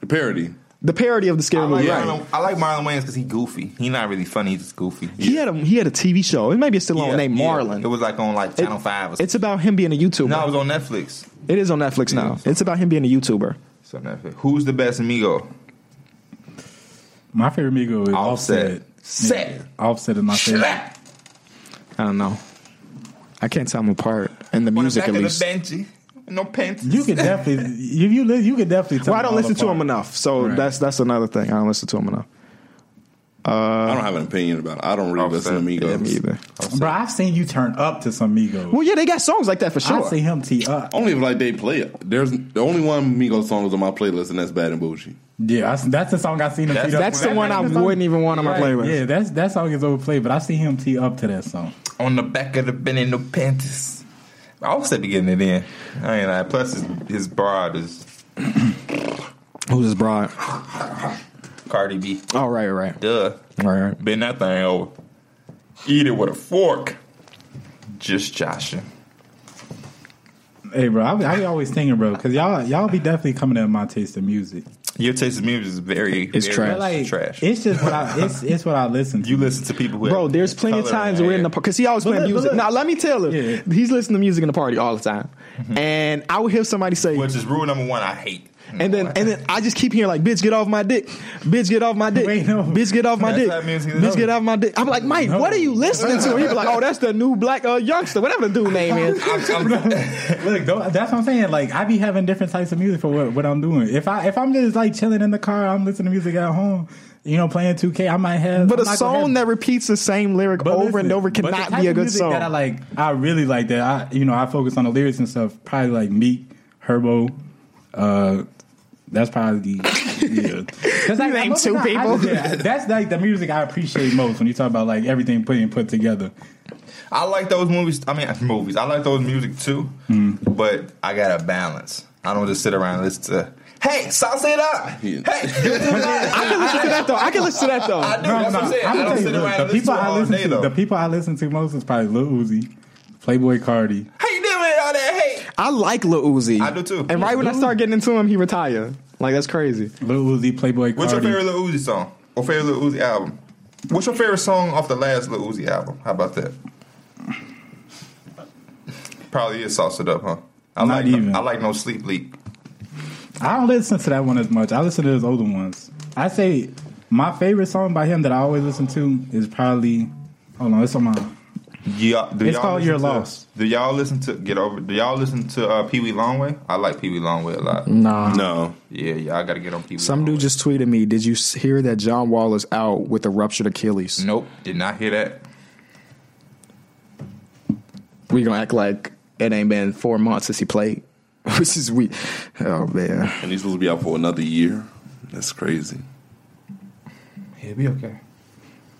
[SPEAKER 4] the parody.
[SPEAKER 1] The parody of the scary
[SPEAKER 2] I like,
[SPEAKER 1] movie.
[SPEAKER 4] Yeah.
[SPEAKER 2] Marlon, I like Marlon Wayans because he goofy. He not really funny. He's just goofy.
[SPEAKER 1] He had a he had a TV show. It might be still on named
[SPEAKER 2] yeah.
[SPEAKER 1] Marlon.
[SPEAKER 2] It was like on like Channel Five. Or something.
[SPEAKER 1] It's about him being a YouTuber.
[SPEAKER 2] no, it was on Netflix.
[SPEAKER 1] it is on Netflix now.
[SPEAKER 2] is.
[SPEAKER 1] It's about him being a YouTuber.
[SPEAKER 2] It's on Netflix. Who's the best amigo?
[SPEAKER 3] My favorite Migo is Offset.
[SPEAKER 2] Offset. Set.
[SPEAKER 3] Yeah, Offset is my favorite.
[SPEAKER 2] Slap.
[SPEAKER 1] I don't know. I can't tell them apart in the
[SPEAKER 2] On the
[SPEAKER 1] music
[SPEAKER 2] back
[SPEAKER 1] at
[SPEAKER 2] of the
[SPEAKER 1] least.
[SPEAKER 2] benchy. No pants.
[SPEAKER 3] You could definitely if you li- you could definitely. Tell
[SPEAKER 1] Well, I don't
[SPEAKER 3] them all
[SPEAKER 1] listen to
[SPEAKER 3] apart.
[SPEAKER 1] him enough, so
[SPEAKER 3] Right.
[SPEAKER 1] that's that's another thing. I don't listen to him enough.
[SPEAKER 3] Uh,
[SPEAKER 4] I don't have an opinion about it. I don't really listen to
[SPEAKER 2] Offset.
[SPEAKER 1] Yeah,
[SPEAKER 4] Migos.
[SPEAKER 1] me either.
[SPEAKER 3] bro. I've seen you turn up to some Migo.
[SPEAKER 1] Well, yeah, they got songs like that for sure.
[SPEAKER 3] I've seen him tee up.
[SPEAKER 4] Only if like they play it. There's the only one Migos song is on my playlist, and that's Bad and Bougie.
[SPEAKER 3] Yeah, I, that's the song I've seen him
[SPEAKER 2] That's-
[SPEAKER 3] tee up.
[SPEAKER 1] That's
[SPEAKER 3] to.
[SPEAKER 1] the one I wouldn't even want on my playlist.
[SPEAKER 3] Yeah, that's that song is overplayed, but I see him tee up to that song.
[SPEAKER 2] on the back of the Benny no panties. I was at getting it in. I ain't like, plus his, his broad is
[SPEAKER 1] Who's this broad?
[SPEAKER 2] Cardi B.
[SPEAKER 1] Oh, right, right,
[SPEAKER 2] Duh.
[SPEAKER 1] right, right.
[SPEAKER 2] Bend that thing over. Eat it with a fork. Just joshing.
[SPEAKER 3] Hey, bro, I, be- I be always thinking, bro, because y'all y'all be definitely coming at my taste of music.
[SPEAKER 2] Your taste of music is very
[SPEAKER 1] It's
[SPEAKER 2] very
[SPEAKER 1] trash.
[SPEAKER 3] But like,
[SPEAKER 2] trash.
[SPEAKER 3] It's just what I it's it's what I listen to.
[SPEAKER 2] you listen to people who
[SPEAKER 1] Bro,
[SPEAKER 2] have
[SPEAKER 1] there's plenty of
[SPEAKER 2] color
[SPEAKER 1] times we're in the
[SPEAKER 2] hair.
[SPEAKER 1] because he always playing
[SPEAKER 3] look, but
[SPEAKER 1] music.
[SPEAKER 3] look.
[SPEAKER 1] Now let me tell him,
[SPEAKER 3] Yeah.
[SPEAKER 1] he's listening to music in the party all the time, and I would hear somebody say,
[SPEAKER 2] which is rule number one. I hate.
[SPEAKER 1] and then and then I just keep hearing like, "Bitch, get off my dick! Bitch, get off my dick!
[SPEAKER 3] Wait, no.
[SPEAKER 1] Bitch, get off my
[SPEAKER 2] That's
[SPEAKER 1] dick!
[SPEAKER 2] not music,
[SPEAKER 1] Bitch,
[SPEAKER 2] no.
[SPEAKER 1] get off my dick!" I'm like, Mike, what are you listening to? And he'd be like, "Oh, that's the new black uh, youngster, whatever the dude name is."
[SPEAKER 2] I'm, I'm,
[SPEAKER 3] Look, though, that's what I'm saying. Like, I be having different types of music for what, what I'm doing. If I if I'm just like chilling in the car, I'm listening to music at home. You know, playing 2K. I might have,
[SPEAKER 1] But
[SPEAKER 3] I'm
[SPEAKER 1] a
[SPEAKER 3] not gonna
[SPEAKER 1] song
[SPEAKER 3] have-
[SPEAKER 1] that repeats the same lyric
[SPEAKER 3] but
[SPEAKER 1] over
[SPEAKER 3] listen,
[SPEAKER 1] and over
[SPEAKER 3] but the
[SPEAKER 1] cannot
[SPEAKER 3] type
[SPEAKER 1] be a
[SPEAKER 3] of
[SPEAKER 1] good
[SPEAKER 3] music
[SPEAKER 1] song.
[SPEAKER 3] That I like, I really like that. I you know, I focus on the lyrics and stuff. Probably like Meek, Herbo. Uh, that's probably the yeah. 'Cause, like,
[SPEAKER 1] You named
[SPEAKER 3] most
[SPEAKER 1] two
[SPEAKER 3] of the time, I-
[SPEAKER 1] people.
[SPEAKER 3] yeah, that's like the music I appreciate most when you talk about like everything put and put together.
[SPEAKER 2] I like those movies. I mean, movies. I like those music too,
[SPEAKER 1] Mm.
[SPEAKER 2] but I got a balance. I don't just sit around and listen to. Hey, sauce it up.
[SPEAKER 4] Yeah.
[SPEAKER 2] Hey, do it to that.
[SPEAKER 1] I can listen to that though. I can listen to that though.
[SPEAKER 2] I do. that's what I'm saying. I
[SPEAKER 3] I'ma
[SPEAKER 2] don't
[SPEAKER 3] tell
[SPEAKER 2] sit
[SPEAKER 3] you, look,
[SPEAKER 2] around and
[SPEAKER 3] the
[SPEAKER 2] listen
[SPEAKER 3] people
[SPEAKER 2] to it
[SPEAKER 3] I
[SPEAKER 2] all
[SPEAKER 3] listen
[SPEAKER 2] day
[SPEAKER 3] to,
[SPEAKER 2] though.
[SPEAKER 3] the people I listen to most is probably Lil Uzi, Playboy Cardi.
[SPEAKER 2] How you doing all that? Hey,
[SPEAKER 1] I like Lil Uzi.
[SPEAKER 2] I do, too.
[SPEAKER 1] And right when I start getting into him, he retire. Like that's crazy.
[SPEAKER 3] Lil Uzi, Playboy
[SPEAKER 2] what's your
[SPEAKER 3] Cardi.
[SPEAKER 2] favorite Lil Uzi song or favorite Lil Uzi album? What's your favorite song off the last Lil Uzi album? How about that? Probably is sauce it up, huh? I
[SPEAKER 3] Not
[SPEAKER 2] like
[SPEAKER 3] even.
[SPEAKER 2] I like no sleep leak.
[SPEAKER 3] I don't listen to that one as much. I listen to his older ones. I say my favorite song by him that I always listen to is probably. Hold on, it's on my.
[SPEAKER 2] Yeah, do
[SPEAKER 3] It's
[SPEAKER 2] y'all
[SPEAKER 3] called
[SPEAKER 2] listen
[SPEAKER 3] Your
[SPEAKER 2] to-
[SPEAKER 3] Loss.
[SPEAKER 2] Do y'all listen to get over? Do y'all listen to uh, Pee Wee Longway? I like Pee Wee Longway a lot.
[SPEAKER 3] Mm.
[SPEAKER 1] Nah.
[SPEAKER 4] No.
[SPEAKER 2] Yeah, y'all got to get on Pee Wee.
[SPEAKER 1] Some dude
[SPEAKER 2] Longway.
[SPEAKER 1] just tweeted me, "Did you s- hear that John Wall is out with a ruptured Achilles?"
[SPEAKER 2] Nope, did not hear that.
[SPEAKER 1] We gonna act like it ain't been four months since he played, which is weak. Oh man,
[SPEAKER 4] And he's supposed to be out for another year. That's crazy.
[SPEAKER 2] He'll be okay.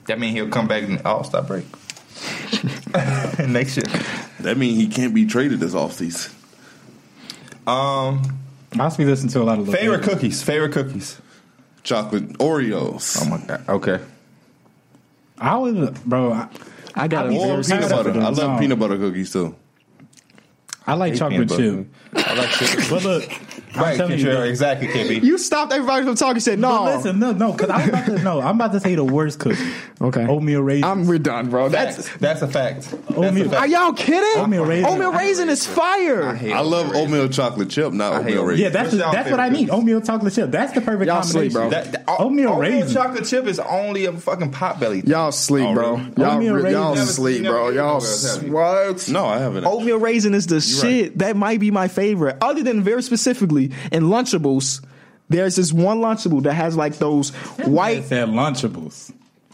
[SPEAKER 2] That means he'll come back in the All Star break next year.
[SPEAKER 4] That means he can't be traded this offseason.
[SPEAKER 2] Um,
[SPEAKER 3] I used to listen to a lot of Lil
[SPEAKER 2] favorite
[SPEAKER 3] Uzi.
[SPEAKER 2] cookies. Favorite cookies.
[SPEAKER 4] Chocolate Oreos.
[SPEAKER 2] Oh my god. Okay.
[SPEAKER 3] I was, bro. I,
[SPEAKER 1] I got a
[SPEAKER 4] or
[SPEAKER 1] very
[SPEAKER 4] peanut
[SPEAKER 1] specific-
[SPEAKER 4] butter. I love
[SPEAKER 3] No.
[SPEAKER 4] peanut butter cookies too.
[SPEAKER 3] I like chocolate chip.
[SPEAKER 2] I like chip.
[SPEAKER 3] But look, I'm
[SPEAKER 2] right,
[SPEAKER 3] telling you,
[SPEAKER 2] Kentrell,
[SPEAKER 3] this-
[SPEAKER 2] exactly, KB.
[SPEAKER 1] You stopped everybody from talking. Said
[SPEAKER 3] But
[SPEAKER 1] no.
[SPEAKER 3] listen, no, no, because I'm about to no, I'm about to say the worst cookie.
[SPEAKER 1] Okay.
[SPEAKER 3] oatmeal raisin.
[SPEAKER 1] I'm we're done, bro. That's
[SPEAKER 2] That's that's a fact.
[SPEAKER 3] Oatmeal-
[SPEAKER 2] That's a
[SPEAKER 1] are
[SPEAKER 2] fact.
[SPEAKER 1] y'all kidding?
[SPEAKER 3] Oatmeal raisin.
[SPEAKER 1] Oatmeal raisin is fire.
[SPEAKER 2] hate
[SPEAKER 4] I love
[SPEAKER 2] Oreos.
[SPEAKER 4] oatmeal chocolate chip, not
[SPEAKER 2] hate
[SPEAKER 4] oatmeal
[SPEAKER 2] Oreos.
[SPEAKER 4] raisin.
[SPEAKER 3] yeah, that's
[SPEAKER 2] What's y'all
[SPEAKER 3] that's what I
[SPEAKER 2] favorite
[SPEAKER 3] mean.
[SPEAKER 2] cookies?
[SPEAKER 3] Oatmeal chocolate chip. That's the perfect
[SPEAKER 1] Y'all sleep,
[SPEAKER 3] combination.
[SPEAKER 1] bro.
[SPEAKER 2] That, that,
[SPEAKER 3] oh, Oatmeal raisin.
[SPEAKER 2] chocolate chip is only a fucking potbelly.
[SPEAKER 1] Y'all sleep, bro.
[SPEAKER 4] Oatmeal
[SPEAKER 1] Y'all, re-
[SPEAKER 3] raisin.
[SPEAKER 1] y'all
[SPEAKER 2] Never-
[SPEAKER 1] sleep,
[SPEAKER 2] never
[SPEAKER 1] bro.
[SPEAKER 2] eaten
[SPEAKER 1] Y'all
[SPEAKER 2] oatmeal, have you?
[SPEAKER 1] what?
[SPEAKER 4] No, I haven't.
[SPEAKER 3] Oh,
[SPEAKER 1] Oatmeal raisin is the shit. That might be my favorite. Other than very specifically in Lunchables, there's this one Lunchable that has like those
[SPEAKER 3] It
[SPEAKER 1] white,
[SPEAKER 3] said Lunchables.